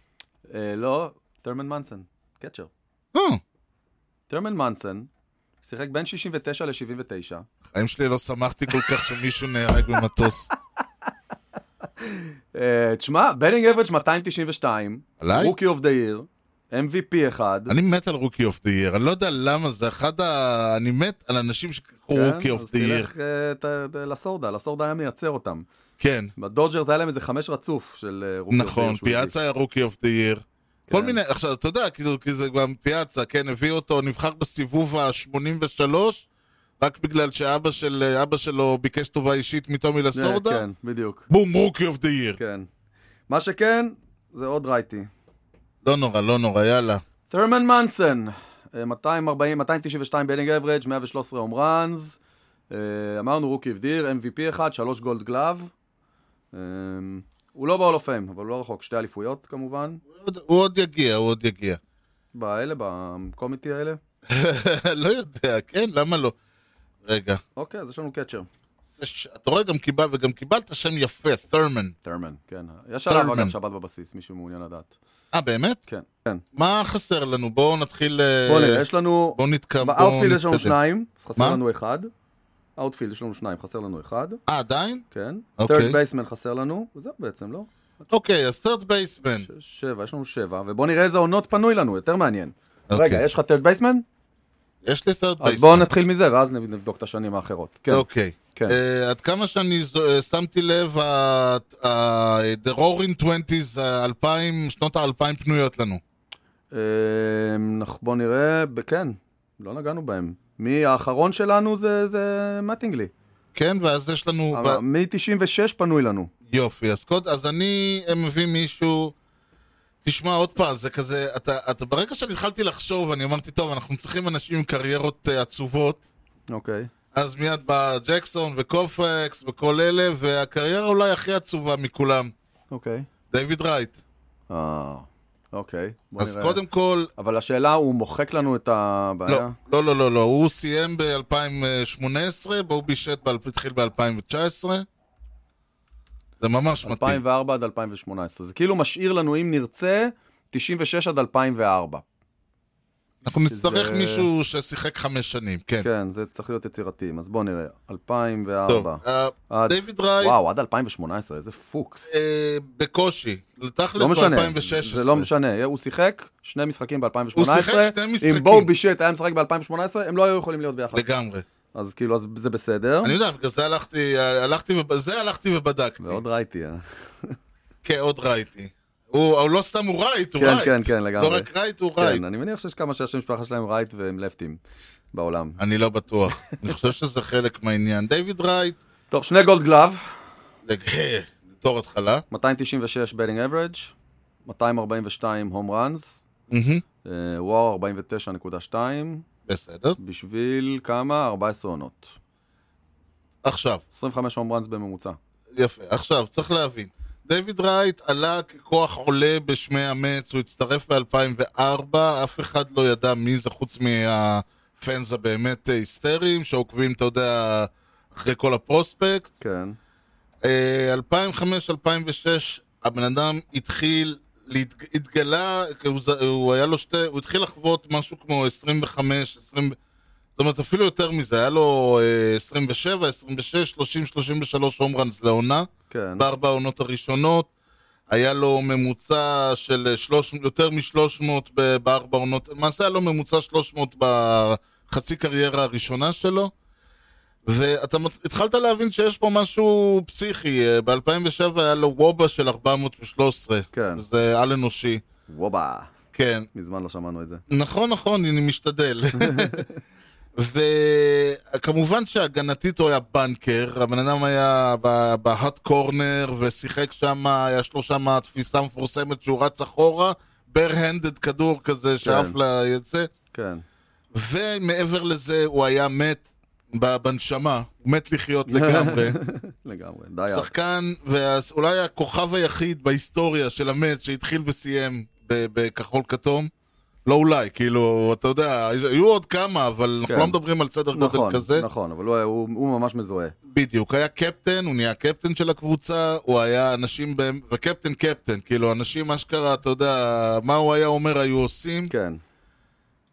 אה, לא, תרמן מנסון, קצ'ר.
אה,
תרמן מנסון שיחק בין 69 ל-79.
בחיים שלי לא שמחתי כל כך שמישהו נהרג במטוס.
אה, תשמע, בלינג אברג' 292,
עליי?
רוקי אוף דה עיר, MVP אחד.
אני מת על רוקי אוף דה ייר, אני לא יודע למה זה אחד ה... אני מת על אנשים שקראו
כן?
רוקי
אז
אוף דה ייר.
תלך אה, ת- ת- לסורדה, לסורדה היה מייצר אותם.
כן,
בדודג'רס היה להם איזה חמש רצוף של אה, רוקי.
נכון, פיאצה היה רוקי אוף דה ייר. כל
כן.
מיני, עכשיו, אתה יודע, כאילו, כי זה גם פיאצה, כן, הביא אותו, נבחר בסיבוב ה-83, רק בגלל שאבא של, אבא שלו ביקש טובה אישית מטומי לסורדה,
כן, בדיוק,
בום, רוקי אוף דה ייר.
כן. מה שכן, זה עוד רייטי.
לא נורא, לא נורא, יאללה.
תרמן מנסון, אה, 240, 292 בלינג אברג', 113 הום ראנס. אה, אמרנו רוקי הבדיר, MVP אחד, שלוש גולד גלאב. אה, הוא לא ב-all of fame, אבל הוא לא רחוק, שתי אליפויות כמובן.
עוד- הוא עוד יגיע, הוא עוד יגיע.
באלה, בקומיטי האלה.
לא יודע, כן, למה לא? רגע.
אוקיי, אז יש לנו קצ'ר.
זה ש- אתה רואה, גם קיבל, וגם קיבלת שם יפה, ת'רמן.
תרמן, כן. יש עליו
תרמן.
אגב שבת בבסיס, מי שמעוניין לדעת.
אה, באמת?
כן, כן.
מה חסר לנו? בואו נתחיל... אה,
בוא נראה, יש לנו...
בואו נתקע, בואו
באאוטפילד יש לנו
נתקדם.
שניים, אז חסר
מה?
לנו אחד. אאוטפילד יש לנו שניים, חסר לנו אחד,
אה, עדיין?
כן.
אוקיי.
third baseman חסר לנו, וזהו בעצם, לא?
אוקיי, אז third baseman.
ש- שבע, יש לנו שבע, ובוא נראה איזה עונות פנוי לנו, יותר מעניין.
אוקיי.
רגע, יש לך third baseman?
יש לי third
אז בואו
baseman.
נתחיל מזה, ואז נב- נבדוק את השנים האחרות. כן.
אוקיי.
כן.
אה, עד כמה שאני זו- אה, שמתי לב, ה- ה- The Roaring 20's, ה-2000, שנות ה-2000 פנויות לנו.
אה, נח- בוא נראה, ב- כן, לא נגענו בהם. מי האחרון שלנו זה- זה מטינגלי.
כן, ואז יש
אה,
לנו... ב-
לא. מ-96 פנוי לנו.
יופי, אז, קוד, אז אני מביא מישהו... תשמע, עוד פעם, זה כזה, אתה, אתה, ברגע שאני התחלתי לחשוב, אני אמרתי, טוב, אנחנו צריכים אנשים עם קריירות uh, עצובות,
אוקיי.
אז מיד בא ג'קסון וקופקס וכל אלה, והקריירה אולי הכי עצובה מכולם,
אוקיי.
דיוויד רייט.
אה, אוקיי. בוא
אז
נראה.
קודם כל,
אבל השאלה, הוא מוחק לנו את
לא,
הבעיה?
לא, לא, לא, לא, הוא סיים ב-2018, בו בישט ב- התחיל ב-2019. זה ממש מתאים.
2004 עד 2018. זה כאילו משאיר לנו, אם נרצה, 96 עד 2004.
אנחנו נצטרך
שזה-
מישהו ששיחק חמש שנים, כן.
כן, זה צריך להיות יצירתיים, אז בוא נראה. 2004.
טוב, אה,
עד...
דיוויד רייט,
וואו, עד 2018, איזה פוקס.
אה, בקושי,
לא
תכלס
משנה,
ב-2016.
זה לא משנה, הוא שיחק שני משחקים ב-2018,
הוא שיחק שני משחקים.
אם בואו בישט היה משחק ב-2018, הם לא היו יכולים להיות ביחד,
לגמרי.
אז כאילו, אז זה בסדר,
אני יודע, בגלל זה הלכתי, הלכתי, וב- זה הלכתי ובדקתי.
ועוד ראיתי, אה.
כן, עוד ראיתי. הוא הוא לא סתם הוא רייט, הוא
כן,
רייט.
כן, כן, לגמרי.
לא רק רייט, הוא רייט.
כן, אני מניח שיש כמה שהשם משפחה שלהם רייט והם לפטים בעולם.
אני לא בטוח. אני חושב שזה חלק מהעניין. דיוויד רייט,
טוב, שני גולד גלאב,
לג- בתור התחלה.
296 בטינג אברג', 242 הום ראנס, אה,
מהמם,
וואו 49.2,
בסדר.
בשביל כמה? 14 עונות.
עכשיו,
25 הום ראנס בממוצע.
יפה. עכשיו, צריך להבין. דיוויד רייט עלה ככוח עולה בשמי המץ, הוא הצטרף ב-2004, אף אחד לא ידע מי זה חוץ מהפאנס הבאמת אה, היסטריים, שעוקבים, אתה יודע, אחרי כל הפרוספקט.
כן.
אה, 2005-2006, הבן אדם התחיל, להתג- התגלה, כי הוא, ז- הוא היה לו שתי, הוא התחיל לחוות משהו כמו 25, 20, זאת אומרת אפילו יותר מזה, היה לו אה, 27, 26, 30, 33 הום ראנס לעונה,
כן,
בארבע העונות הראשונות, היה לו ממוצע של אה, שלוש, יותר מ-300 ב- בארבע עונות, למעשה היה לו ממוצע 300 בחצי קריירה הראשונה שלו. ואתה מת- התחלת להבין שיש פה משהו פסיכי, ב-2007 היה לו וובה של 413,
כן.
זה על אנושי,
וובה.
כן,
מזמן לא שמענו את זה.
נכון, נכון, אני משתדל. וכמובן שהגנתית הוא היה בנקר, הבן אדם היה ב- בהאט קורנר ושיחק שם, יש לו שם תפיסה מפורסמת שהוא רץ אחורה, בר-הנדד כדור כזה שאף ליצא,
כן.
ומעבר לזה הוא היה מת ב- בנשמה, הוא מת לחיות לגמרי.
לגמרי. די. ארק.
שחקן, ואולי הכוכב היחיד בהיסטוריה של המץ שהתחיל וסיים ב- בכחול כתום. לא אולי, כאילו, אתה יודע, היו עוד כמה, אבל אנחנו
כן.
לא מדברים על סדר גודל
נכון,
כזה.
נכון, אבל הוא- הוא הוא ממש מזוהה.
בדיוק, היה קפטן, הוא נהיה קפטן של הקבוצה, הוא היה אנשים, בהם- וקפטן קפטן, כאילו, אנשים אשכרה, אתה יודע, מה הוא היה אומר היו עושים.
כן.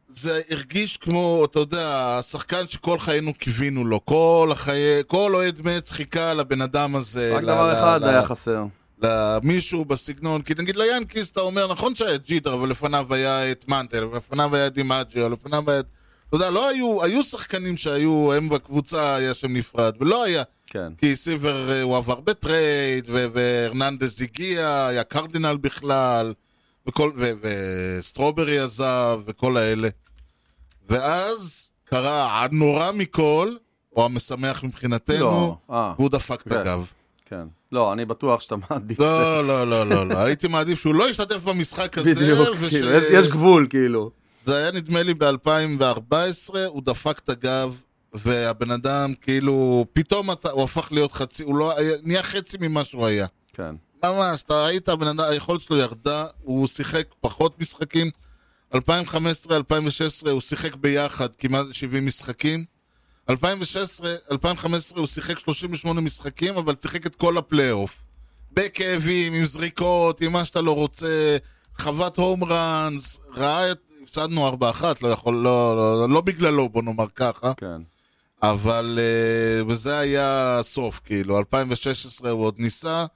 זה הרגיש כמו, אתה יודע, השחקן שכל חיינו קיווינו לו. כל החיי, כל אוהד מץ חיכה לבן אדם הזה.
רק
ל-
דבר
ל-
אחד
ל-
היה חסר.
למישהו בסגנון, כי נגיד ליאנקיס אתה אומר, נכון שהיה את ג'יטר, אבל לפניו היה את מנטל, ולפניו היה את דימג'יו, לפניו היה את... אתה יודע, לא היו, היו שחקנים שהיו, הם בקבוצה היה שם נפרד, ולא היה,
כן.
כי סיבר אה, הוא עבר בטרייד, ו- והרננדז הגיע, היה קרדינל בכלל, וכל, ו- וסטרוברי עזב, וכל האלה. ואז קרה הנורא מכל, או המשמח מבחינתנו,
לא. אה,
והוא דפק את
כן.
הגב.
כן. לא, אני בטוח שאתה מעדיף. זה.
לא, לא, לא, לא, לא. הייתי מעדיף שהוא לא ישתתף במשחק הזה.
בדיוק,
וש-
כאילו, יש- יש גבול, כאילו.
זה היה נדמה לי ב-2014, הוא דפק את הגב, והבן אדם, כאילו, פתאום אתה, הוא הפך להיות חצי, הוא לא, היה- נהיה חצי ממה שהוא היה.
כן.
ממש, אתה ראית, הבן אדם, היכולת שלו ירדה, הוא שיחק פחות משחקים. 2015, 2016, הוא שיחק ביחד כמעט 70 משחקים. 2016, 2015 הוא שיחק 38 משחקים, אבל שיחק את כל הפלייאוף. בכאבים, עם זריקות, עם מה שאתה לא רוצה, חוות הום ראנס, ראה את... הפסדנו 4-1, לא יכול, לא, לא, לא בגללו, בוא נאמר ככה.
כן.
אבל, אה, וזה היה הסוף, כאילו, 2016 הוא עוד ניסה,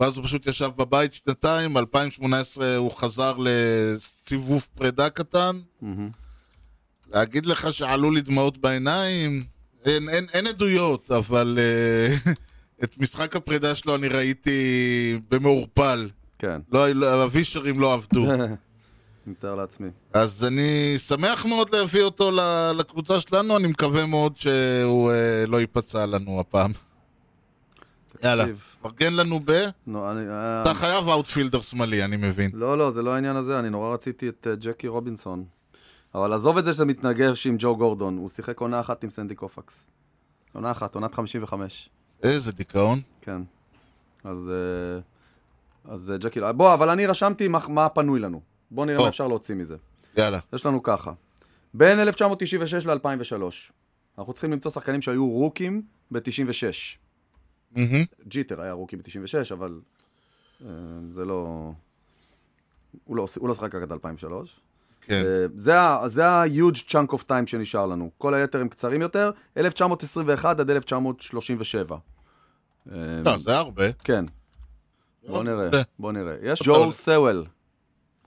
ואז הוא פשוט ישב בבית שנתיים, 2018 הוא חזר לסיבוב פרידה קטן.
מהמם.
להגיד לך שעלו לי דמעות בעיניים? אין, אין, אין עדויות, אבל אה, את משחק הפרידה שלו אני ראיתי במעורפל.
כן,
לא, לא- הווישרים לא עבדו.
מתאר לעצמי.
אז אני שמח מאוד להביא אותו ל- לקבוצה שלנו, אני מקווה מאוד שהוא אה, לא ייפצע לנו הפעם. יאללה,
תקשיב.
פרגן לנו ב...
נו, אני... אה,
אתה חייב אאוטפילדר שמאלי, אני מבין.
לא, לא, זה לא העניין הזה, אני נורא רציתי את אה, ג'קי רובינסון. אבל עזוב את זה שזה מתנגש עם ג'ו גורדון, הוא שיחק עונה אחת עם סנדי קופקס. עונה אחת, עונת 55.
איזה דיכאון.
כן. אז, אה, אז אה, ג'קי לא... בוא, אבל אני רשמתי מה, מה פנוי לנו. בוא נראה
בוא.
מה אפשר להוציא מזה.
יאללה.
יש לנו ככה. בין 1996 ל-2003. אנחנו צריכים למצוא שחקנים שהיו רוקים ב-96.
מהמם.
ג'יטר היה רוקי ב-96, אבל אה, זה לא... הוא לא, הוא לא שחק רק עד 2003.
כן.
אה, זה ה- זה ה-huge chunk of time שנשאר לנו. כל היתר הם קצרים יותר, 1921 עד 1937. אה,
לא, זה הרבה.
כן. בוא נראה,
זה.
בוא נראה. יש
טוב.
ג'ו סוול.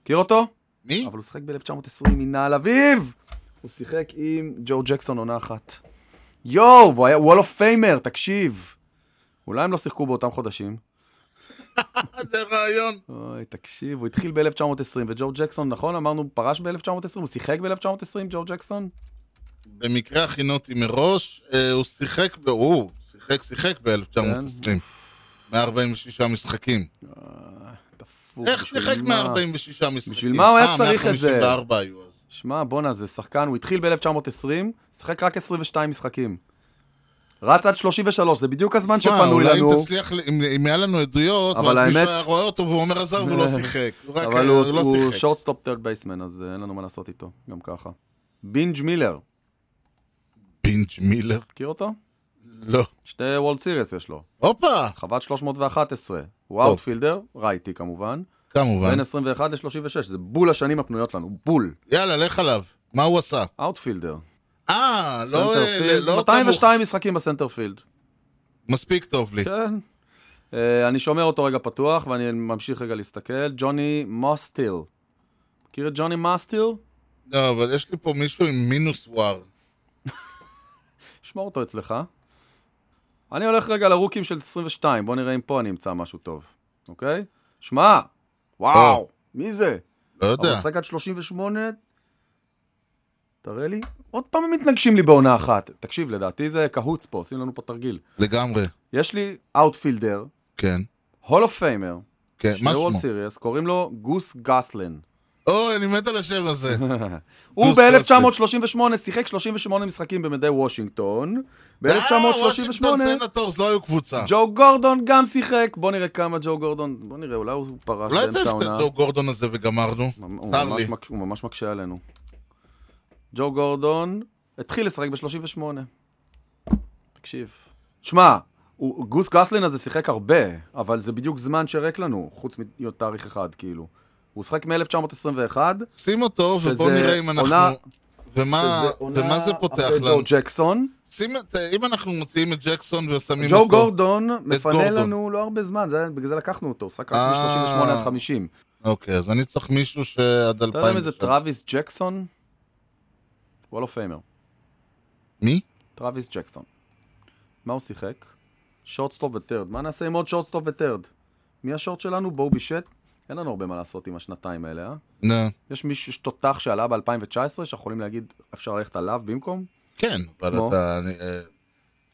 מכיר אותו?
מי?
אבל הוא שיחק ב-1920 מנהל אביב! הוא שיחק עם ג'ו ג'קסון עונה אחת. יואו, והוא היה וול אוף פיימר, תקשיב. אולי הם לא שיחקו באותם חודשים.
אה, זה רעיון.
אוי, תקשיב, הוא התחיל ב-1920, וג'ו ג'קסון, נכון? אמרנו, פרש ב-1920? הוא שיחק ב-1920, ג'ו ג'קסון?
במקרה הכינותי מראש, אה, הוא שיחק, ב- הוא שיחק, שיחק ב-1920.
כן.
146 משחקים.
דפוק.
איך
בשביל
שיחק
מה?
146 משחקים?
בשביל מה הוא היה צריך את זה?
אה, 154 היו אז.
שמע, בואנה, זה שחקן, הוא התחיל ב-1920, שיחק רק 22 משחקים. רץ עד 33, זה בדיוק הזמן
שמע,
שפנוי
אולי
לנו.
אם תצליח, ל- אם אם היה לנו עדויות,
אבל
ואז מישהו
האמת-
היה רואה אותו והוא אומר עזר והוא לא שיחק. הוא רק
אבל
היה-
הוא-
לא
הוא
שיחק.
שורטסטופ טרד בייסמן, אז אה, אין לנו מה לעשות איתו, גם ככה. בינג' מילר,
פינג' מילר.
מכיר אותו?
לא.
שתי וולד סיריס יש לו.
הופה!
חוות 311. הוא אאוטפילדר, רייטי כמובן.
כמובן.
בין 21 ל-36, זה בול השנים הפנויות לנו, בול.
יאללה, לך עליו. מה הוא עשה?
אאוטפילדר.
אה, לא...
סנטרפילד.
לא-
202 משחקים בסנטרפילד.
מספיק טוב לי.
כן. אה, אני שומר אותו רגע פתוח, ואני ממשיך רגע להסתכל. ג'וני מוסטיל. מכיר את ג'וני מוסטיל?
לא, אבל יש לי פה מישהו עם מינוס וואר.
שמור אותו אצלך. אני הולך רגע לרוקים של 22, בוא נראה אם פה אני אמצא משהו טוב, אוקיי? שמע, וואו,
או.
מי זה?
לא
אבל
יודע.
הוא משחק עד 38, תראה לי. עוד פעם הם מתנגשים לי בעונה אחת. תקשיב, לדעתי זה קהוץ פה, עושים לנו פה תרגיל.
לגמרי.
יש לי אאוטפילדר,
כן.
הול אוף פיימר,
כן, מה
שני וולד
שמו?
סיריוס, קוראים לו גוס גסלן.
אוי, אני מת על השם הזה.
הוא
גוס
ב-1938 שיחק 38 משחקים במדי וושינגטון.
אה, וושינגטון
ב-1938
סנטורס לא היו קבוצה.
ג'ו גורדון גם שיחק, בוא נראה כמה ג'ו גורדון, בוא נראה, אולי הוא פרש
אולי
באמצע
תעיף את
העונה.
ג'ו גורדון הזה וגמרנו.
הוא
צר
ממש
לי.
מק- הוא ממש מקשה עלינו. ג'ו גורדון התחיל לשחק ב-38. תקשיב. שמע, הוא- גוס גסלין הזה שיחק הרבה, אבל זה בדיוק זמן שריק לנו, חוץ מתאריך אחד, כאילו. הוא שחק מ-1921,
שים אותו, ובואו
שזה
נראה אם אנחנו...
עונה-
אה, ומה,
שזה עונה
ומה זה פותח
אחרי
לנו?
ג'ו ג'קסון.
שים את... אם אנחנו מוציאים את ג'קסון ושמים
ג'ו
אותו...
גורדון מפנה
גורדון.
לנו לא הרבה זמן, זה- בגלל זה לקחנו אותו, הוא שחק רק
אה.
מ-38 עד 50.
אוקיי, אז אני צריך מישהו שעד
אתה יודע מי
אלפיים...
זה טראביס ג'קסון? וול אוף פיימר.
מי?
טראביס ג'קסון. מה הוא שיחק? שורטסטופ וטרד. מה נעשה עם עוד שורטסטופ וטרד? מי השורט שלנו? בובי שט? אין לנו הרבה מה לעשות עם השנתיים האלה, אה?
לא.
יש מישהו שתותח שעלה ב-2019, שאנחנו יכולים להגיד, אפשר ללכת עליו במקום?
כן, אבל
כמו?
אתה... אני, אה,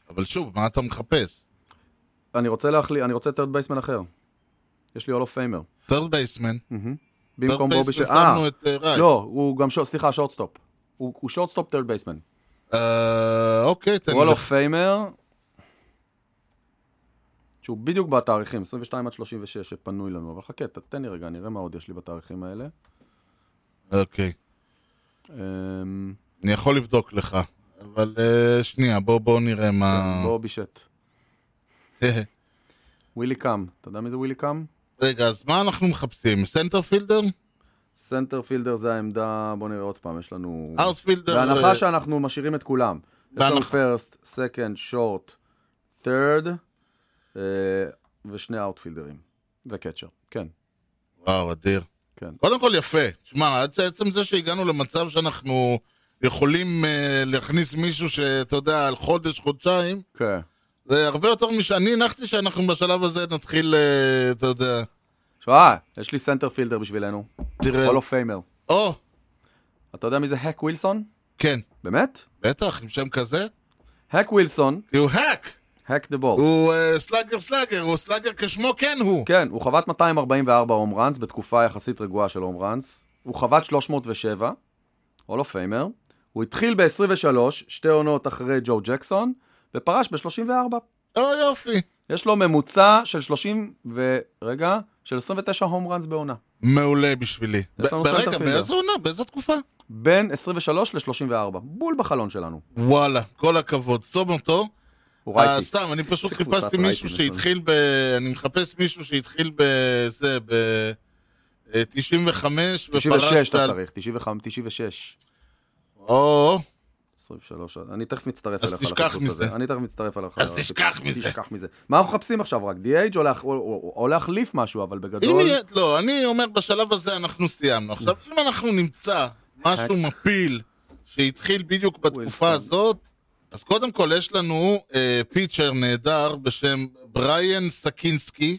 אבל שוב, מה אתה מחפש?
אני רוצה להחליט, אני רוצה טרד בייסמן אחר. יש לי הולו פיימר.
third בייסמן.
במקום
third
בובי שט.
baseman
אה,
שמנו את אה, רייט.
לא, הוא גם, שור- סליחה, שורטסטופ. הוא הוא שורטסטופ טרד בייסמן.
אה, אוקיי, תן
וול
לי...
אוף פיימר, שהוא בדיוק בתאריכים, 22 עד 36 שפנוי לנו, אבל חכה, ת- תן לי רגע, נראה מה עוד יש לי בתאריכים האלה.
אוקיי.
אמ,
אני יכול לבדוק לך. אבל אה, שנייה, בוא בוא נראה מה...
בוא בישט. ווילי קאם, אתה יודע מי זה ווילי קאם?
רגע, אז מה אנחנו מחפשים? סנטרפילדר?
סנטר פילדר זה העמדה, בוא נראה עוד פעם, יש לנו...
אאוטפילדר?
בהנחה שאנחנו משאירים את כולם. יש לנו
אה, בהנחה.
פרסט, סקנד, שורט, תרד, אה, ושני אאוטפילדרים. וקצ'ר, כן.
וואו, אדיר.
כן.
קודם כל יפה. תשמע, עד עצם זה שהגענו למצב שאנחנו יכולים אה, להכניס מישהו שאתה יודע, על חודש, חודשיים,
כן.
זה הרבה יותר מש... אני הנחתי שאנחנו בשלב הזה נתחיל, אה, אתה יודע,
שמע, אה, יש לי סנטר פילדר בשבילנו.
תראה.
הול אוף פיימר.
או,
אתה יודע מי זה האק ווילסון?
כן,
באמת?
בטח, עם שם כזה.
האק ווילסון,
כי הוא האק!
האק דה בול.
הוא אה, סלאגר סלאגר, הוא סלאגר כשמו כן הוא.
כן, הוא חבט 244 הום ראנס בתקופה יחסית רגועה של הום ראנס. הוא חבט 307, הול אוף פיימר. הוא התחיל ב-23, שתי עונות אחרי ג'ו ג'קסון, ופרש ב-34.
או יופי.
יש לו ממוצע של 30 ו... רגע, של 29 הום ראנס בעונה.
מעולה בשבילי.
יש לנו
ב-
סנטר
ברגע,
פילדר.
באיזו עונה? באיזו תקופה?
בין 23 ל-34. בול בחלון שלנו.
וואלה, כל הכבוד. סום אותו.
הוא רייטי.
אה, סתם, אני פשוט
איזה קבוצת נכון.
חיפשתי
רייטי
מישהו
בכלל.
שהתחיל ב... אני מחפש מישהו שהתחיל בזה, ב... אה, 95
96
ופרש
אתה
על...
צריך, 95, 96.
או,
23, אני תכף מצטרף
אז
אליך
תשכח
לחיפוש
מזה.
הזה. אני תכף מצטרף אליך.
אז
לחיפוש.
תשכח מזה.
תשכח מזה. מה אנחנו מחפשים עכשיו רק? DH או להח- או- או- או להחליף משהו, אבל
אם
בגדול...
יהיה... לא, אני אומר, בשלב הזה אנחנו סיימנו. עכשיו, אם אנחנו נמצא משהו מפיל שהתחיל בדיוק בתקופה
ווילסון.
הזאת, אז קודם כל יש לנו אה, פיצ'ר נהדר בשם בריאן סקינסקי.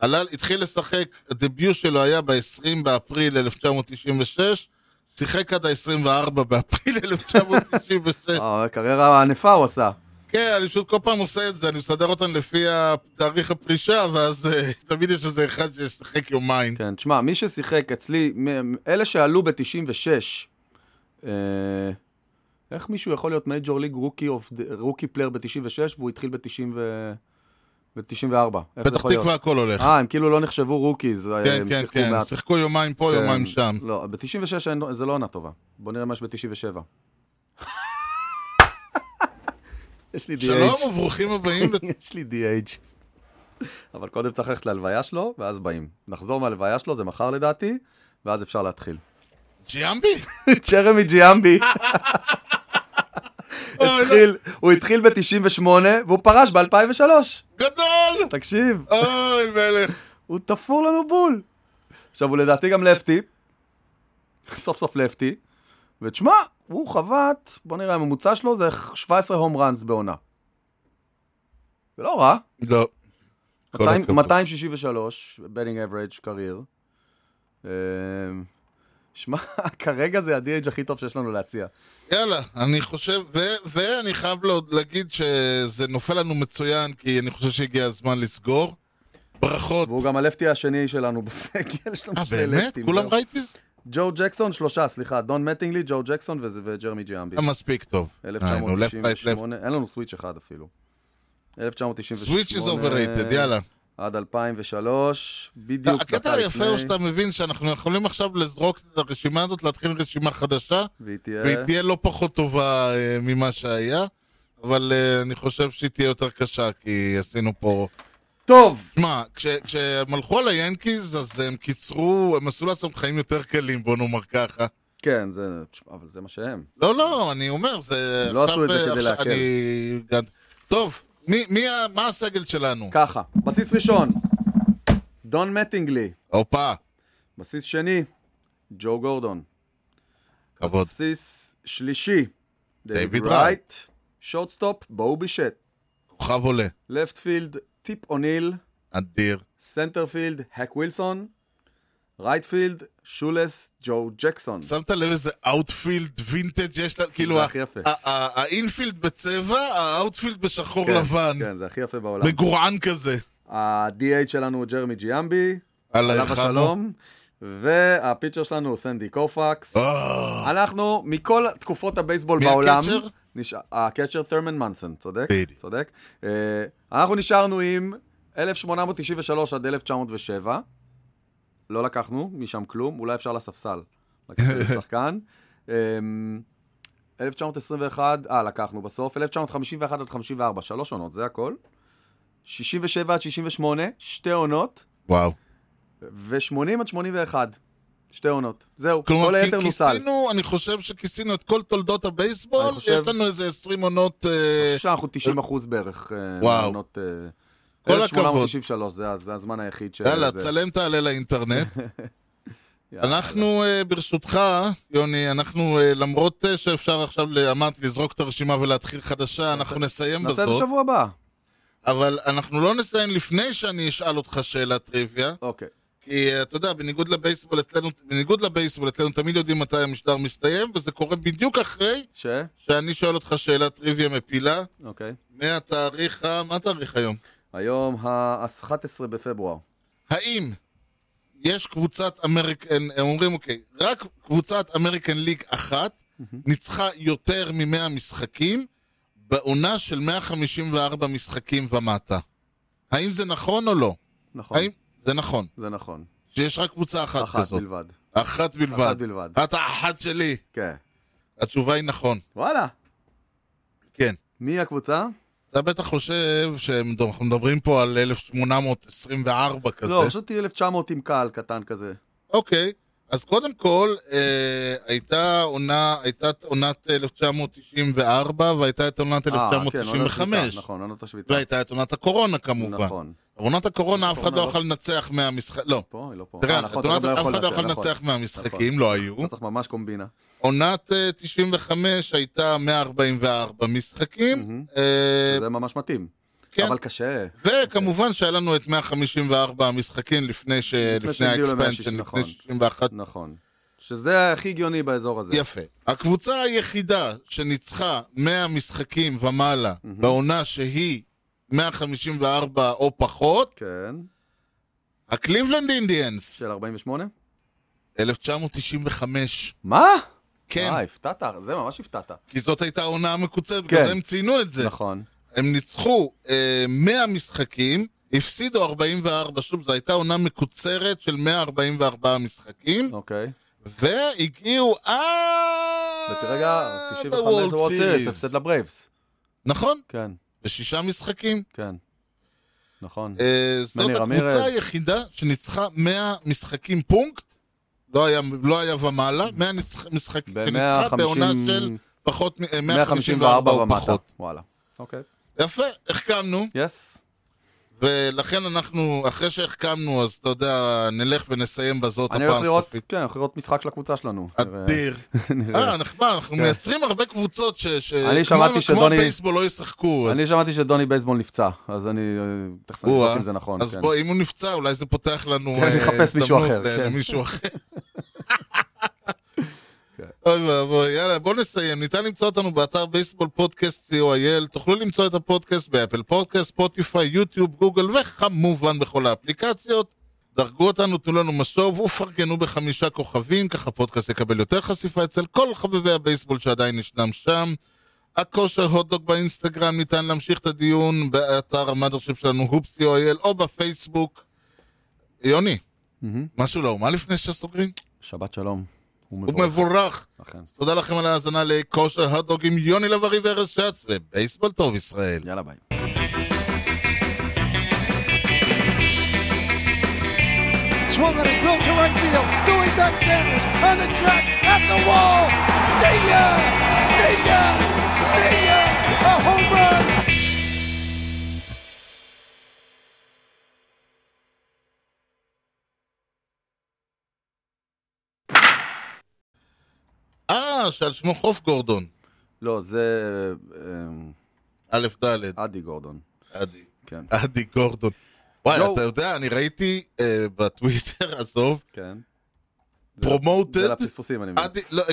עלה, התחיל לשחק, הדביוט שלו היה ב-20 באפריל 1996, שיחק עד ה-24 באפריל 1996.
אה, קריירה ענפה הוא עשה.
כן, אני פשוט כל פעם עושה את זה, אני מסדר אותן לפי תאריך הפרישה, ואז אה, תמיד יש איזה אחד ששיחק יומיים.
כן, תשמע, מי ששיחק אצלי, מ- אלה שעלו ב-96, אה, איך מישהו יכול להיות מייג'ור ליג רוקי פלייר ב-96 והוא התחיל ב-94?
פתח תקווה הכל הולך.
אה, הם כאילו לא נחשבו רוקיז.
כן, כן, כן, שיחקו יומיים פה, יומיים שם.
לא, ב-96 אין- זה לא עונה טובה. בוא נראה מה יש ב-97. יש לי
שלום
DH.
וברוכים הבאים לת-
יש לי DH. אבל קודם צריך ללכת להלוויה שלו, ואז באים. נחזור מהלוויה שלו, זה מחר לדעתי, ואז אפשר להתחיל.
ג'יאמבי?
צ'רמי ג'יאמבי
אוי, אה, לא,
התחיל, הוא התחיל ב-98 והוא פרש ב-2003.
גדול!
תקשיב,
אוי, מלך.
הוא תפור לנו בול. עכשיו, הוא לדעתי גם לפטי. סוף סוף לפטי. ותשמע, הוא חבט, בוא נראה, הממוצע שלו זה 17 הום ראנס בעונה. זה לא רע.
לא. כל
200
הכבוד.
263, בדינג אברג' קרייר. אה, שמע, כרגע זה ה-DH הכי טוב שיש לנו להציע.
יאללה, אני חושב, ו- ואני חייב לעוד להגיד שזה נופל לנו מצוין, כי אני חושב שהגיע הזמן לסגור. ברכות.
והוא גם הלפטי השני שלנו בסגל, יש לנו
אה,
שני
באמת?
לפטים.
כולם רייטיז?
ג'ו ג'קסון, שלושה, סליחה, דון מטינגלי, ג'ו ג'קסון וזה- וג'רמי ג'יאמבי.
אה, מספיק טוב. אה, נו, left, right, left.
1998, אין לנו סוויץ' אחד אפילו. 1998.
Switch is overrated, יאללה.
עד 2003, בדיוק דקה לפני.
הקטע היפה הוא שאתה מבין שאנחנו יכולים עכשיו לזרוק את הרשימה הזאת, להתחיל רשימה חדשה,
והיא תהיה...
והיא תהיה לא פחות טובה אה, ממה שהיה, אבל אה, אני חושב שהיא תהיה יותר קשה, כי עשינו פה...
טוב!
שמע, כש- כשהם הלכו על היאנקיז, אז הם קיצרו, הם עשו לעצמם חיים יותר קלים, בוא נאמר ככה.
כן, זה... אבל זה מה שהם.
לא, לא, אני אומר, זה...
הם לא עשו
עכשיו,
את זה
אה,
כדי
עכשיו
להקל.
אני- גד- טוב, מי- מי ה- מה הסגל שלנו?
ככה, בסיס ראשון, דון מטינגלי.
הופה,
בסיס שני, ג'ו גורדון.
כבוד.
בסיס שלישי,
דייוויד
דייוויד רייט. שורטסטופ, בואו בישט.
כוכב עולה,
לפטפילד, טיפ אוניל.
אדיר.
סנטרפילד, האק ווילסון, רייטפילד, שולס, ג'ו ג'קסון.
שמת לב איזה אאוטפילד וינטג' יש לנו? כאילו,
זה
ה-
הכי יפה.
ה- ה- האינפילד בצבע, האאוטפילד בשחור
כן,
לבן.
כן, זה הכי יפה בעולם.
מגורען כזה.
ה-DH שלנו הוא ג'רמי ג'יאמבי,
על
עליו
ההיכל.
השלום, והפיצ'ר שלנו הוא סנדי קופקס.
אה,
אנחנו, מכל תקופות הבייסבול
מי
בעולם...
הקצ'ר?
נשאר- הקצ'ר תרמן מנסון, צודק?
בדיוק.
צודק. אה, אנחנו נשארנו עם 1893 עד 1907. לא לקחנו משם כלום, אולי אפשר לספסל. לקחנו איזה שחקן. אמ, 1921, אה, לקחנו בסוף. 1951 עד 54, שלוש עונות, זה הכל. 67 עד 68, שתי עונות.
וואו.
ו-80 עד 81. שתי עונות. זהו, כל
כלומר, כי-
היתר נוסל.
כיסינו, אני חושב שכיסינו את כל תולדות הבייסבול,
אני חושב-
יש לנו איזה 20 עונות... אה,
עכשיו אנחנו 90 אחוז בערך. אה,
וואו.
מהעונות, אה,
כל הכבוד.
1893, זה ה- זה הזמן היחיד ש...
יאללה,
זה-
צלם תעלה לאינטרנט.
יאללה.
אנחנו, אה, ברשותך, יוני, אנחנו, אה, למרות אה, שאפשר עכשיו, ל- אמרתי, לזרוק את הרשימה ולהתחיל חדשה, אנחנו נסיים
נעשה את זה
בזאת,
שבוע הבא.
אבל אנחנו לא נסיים לפני שאני אשאל אותך שאלת טריוויה,
אוקיי.
כי אה, אתה יודע, בניגוד לבייסבול אצלנו, בניגוד לבייסבול אצלנו תמיד יודעים מתי המשדר מסתיים, וזה קורה בדיוק אחרי
ש?
שאני שואל אותך שאלת טריוויה מפילה,
אוקיי.
מהתאריך ה... מה התאריך היום?
היום ה-11 בפברואר.
האם יש קבוצת אמריקן, הם אומרים אוקיי, רק קבוצת אמריקן ליג אחת ניצחה יותר מ-100 משחקים בעונה של 154 משחקים ומטה. האם זה נכון או לא?
נכון.
האם... זה נכון,
זה נכון.
שיש רק קבוצה אחת,
אחת
כזאת.
בלבד.
אחת בלבד.
אחת בלבד.
את האחת שלי.
כן.
התשובה היא נכון,
וואלה.
כן.
מי הקבוצה?
אתה בטח חושב שאנחנו מדברים פה על 1824 כזה.
לא, פשוט תהיה 1900 עם קהל קטן כזה. אה,
אוקיי, אז קודם כל, אה, הייתה עונה, הייתה את עונת 1994 והייתה את עונת
אה, כן, עונת
1995.
השביתה, נכון, עונת השביתה.
והייתה את עונת הקורונה לא כמובן.
נכון.
עונת הקורונה אף אחד לא
הקורונה
יכול לנצח מהמשחק, לא.
פה, היא לא פה.
תראה,
אה,
את
נכון, אתה
עונת-
גם
אף אחד לא
להציע,
יכול
נכון.
לנצח מהמשחקים, לא היו.
אתה צריך ממש קומבינה.
עונת אה, 95 הייתה 144 משחקים.
Mhm.
אה,
זה ממש מתאים.
כן.
אבל קשה.
וכמובן שהיה לנו את 154 המשחקים לפני ש- לפני
שהגיעו ל-160,
ה-expansion,
נכון.
לפני 61
נכון. שזה הכי הגיוני באזור הזה.
יפה. הקבוצה היחידה שניצחה 100 משחקים ומעלה בעונה שהיא 154 או פחות,
כן.
הקליבלנד אינדיאנס,
של 48? כן.
1995.
מה?
כן,
אה, הפתעת, זה ממש הפתעת.
כי זאת הייתה העונה המקוצרת,
כן.
בגלל זה הם ציינו את זה.
נכון.
הם ניצחו אה, 100 משחקים, הפסידו 44, שוב, זו הייתה עונה מקוצרת של 144 משחקים,
אוקיי.
אה, והגיעו עד...
וכרגע, 95
ה-World
וורלד סיריס,
Series.
הפסד לברייבס.
נכון,
כן,
בשישה משחקים.
כן. נכון.
אה, זאת
מני רמירז.
הקבוצה היחידה שניצחה 100 משחקים פונקט, לא היה, לא היה ומעלה, 100 נצח- משחקים,
ב-
שניצחה
150
בעונה של פחות, מ- אה, 154
154
או פחות.
ומטה. וואלה. אוקיי.
יפה, החכמנו,
יס.
ולכן אנחנו, אחרי שהחכמנו, אז אתה יודע, נלך ונסיים בזאת
אני הולך
הפעם
לראות,
סופית.
כן, אני הולך לראות משחק של הקבוצה שלנו. נראה-
אדיר.
נראה. כן.
אה, נחמד, אנחנו מייצרים הרבה קבוצות ש... ש-
אני
כמו-
שמעתי
כמו
שדוני-
הבייסבול לא ישחקו. אז-
אה, אני שמעתי שדוני בייסבול נפצע, אז אני... אה, תכף אני
או-אה.
אבדוק אם זה נכון.
אז
כן.
בוא, אם הוא נפצע, אולי זה פותח לנו
כן,
אה,
נחפש מישהו אחר,
הזדמנות ל-
כן.
למישהו אחר.
כן.
אוי ואבוי, יאללה, בוא נסיים. ניתן למצוא אותנו באתר בייסבול פודקאסט co.il. תוכלו למצוא את הפודקאסט באפל פודקאסט, ספוטיפיי, יוטיוב, גוגל, וכמובן בכל האפליקציות. דרגו אותנו, תנו לנו משוב ופרגנו בחמישה כוכבים, ככה הפודקאסט יקבל יותר חשיפה אצל כל חובבי הבייסבול שעדיין ישנם שם. הכושר הוטדוג באינסטגרם, ניתן להמשיך את הדיון באתר המאדרשיפ שלנו, הופסי.או.אל, או בפייסבוק. יוני,
מהמם.
משהו לאומה לפני שסוגרים?
שבת שלום. הוא
הוא
מבורך.
מבורך.
אכן.
תודה לכם על ההאזנה לכושר הוטדוג עם יוני לב-ארי וארז שץ, ובייסבול טוב ישראל.
יאללה ביי.
Swung on a drill to right field. Doing back Sanders on the track at the wall. See ya! See ya! See ya! A home run!
אה, שעל שמו חוף גורדון.
לא, זה... אה,
א' ד',
אדי גורדון.
אדי.
כן.
אדי גורדון. וואי,
יואו.
אתה יודע, אני ראיתי אה, בטוויטר, עזוב,
כן. זה
פרומוטד,
לפספוסים, אני מבין.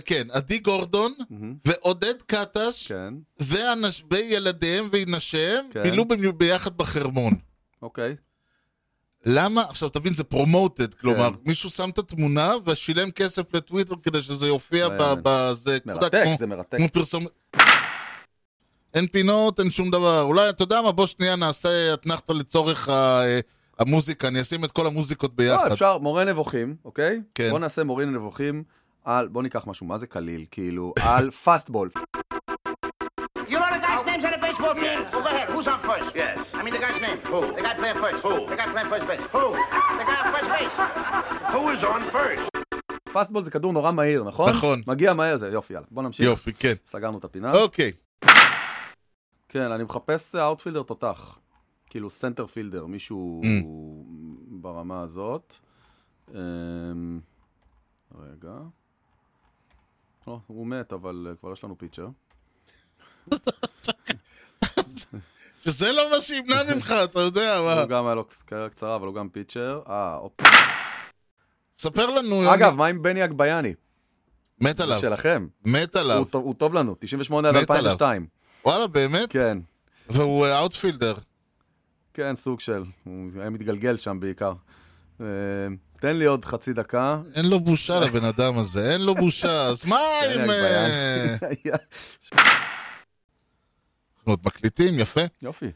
כן, עדי גורדון
מהמם.
ועודד קטש.
כן.
ואנש- וילדיהם ונשיהם
כן.
בילו במי- ביחד בחרמון.
אוקיי.
למה? עכשיו תבין, זה פרומוטד, כלומר,
כן.
מישהו שם את התמונה ושילם כסף לטוויטר כדי שזה יופיע
לא
ב-
יאמן.
בזה, אתה יודע,
מרתק,
כמו-
זה מרתק.
כמו פרסומת. אין פינות, אין שום דבר. אולי, אתה יודע מה, בוא שנייה נעשה אתנחתא לצורך ה- אה, המוזיקה, אני אשים את כל המוזיקות
לא,
ביחד.
אפשר, מורה נבוכים, אוקיי?
כן.
בוא נעשה מורה נבוכים על, בוא ניקח משהו, מה זה קליל? כאילו, על פסטבול.
You know the guy's names on the baseball team? Well, go ahead. Who's on first? Yes. I mean the guy's name. Who? The guy playing first. Who? The guy playing first base. Who? The guy on first base.
Who is on first?
פסטבול זה כדור נורא מהיר, נכון?
נכון.
מגיע מהר זה, יופי, יאללה. בוא נמשיך.
יופי, כן.
סגרנו את הפינה.
אוקיי.
כן, אני מחפש אאוטפילדר תותח. כאילו סנטר פילדר, מישהו
Mm.
ברמה הזאת. אמ, רגע. לא, הוא מת, אבל אה, כבר יש לנו פיצ'ר.
שזה לא מה שימנע ממך, אתה יודע
הוא
מה.
גם היה לו קריירה קצרה, אבל הוא גם פיצ'ר. אה, אופ.
ספר לנו, יוני.
אגב, מה עם בני אגבייני?
מת עליו,
שלכם.
מת עליו.
הוא טוב- הוא טוב לנו, 98 עד
מת עליו.
2002.
וואלה, באמת?
כן,
והוא אה, אאוטפילדר.
כן, סוג של. הוא היה מתגלגל שם בעיקר. אה, תן לי עוד חצי דקה.
אין לו בושה לבן אדם הזה, אין לו בושה. אז מה
בני
אם... אה,
אגבייני.
אנחנו עוד מקליטים, יפה.
יופי.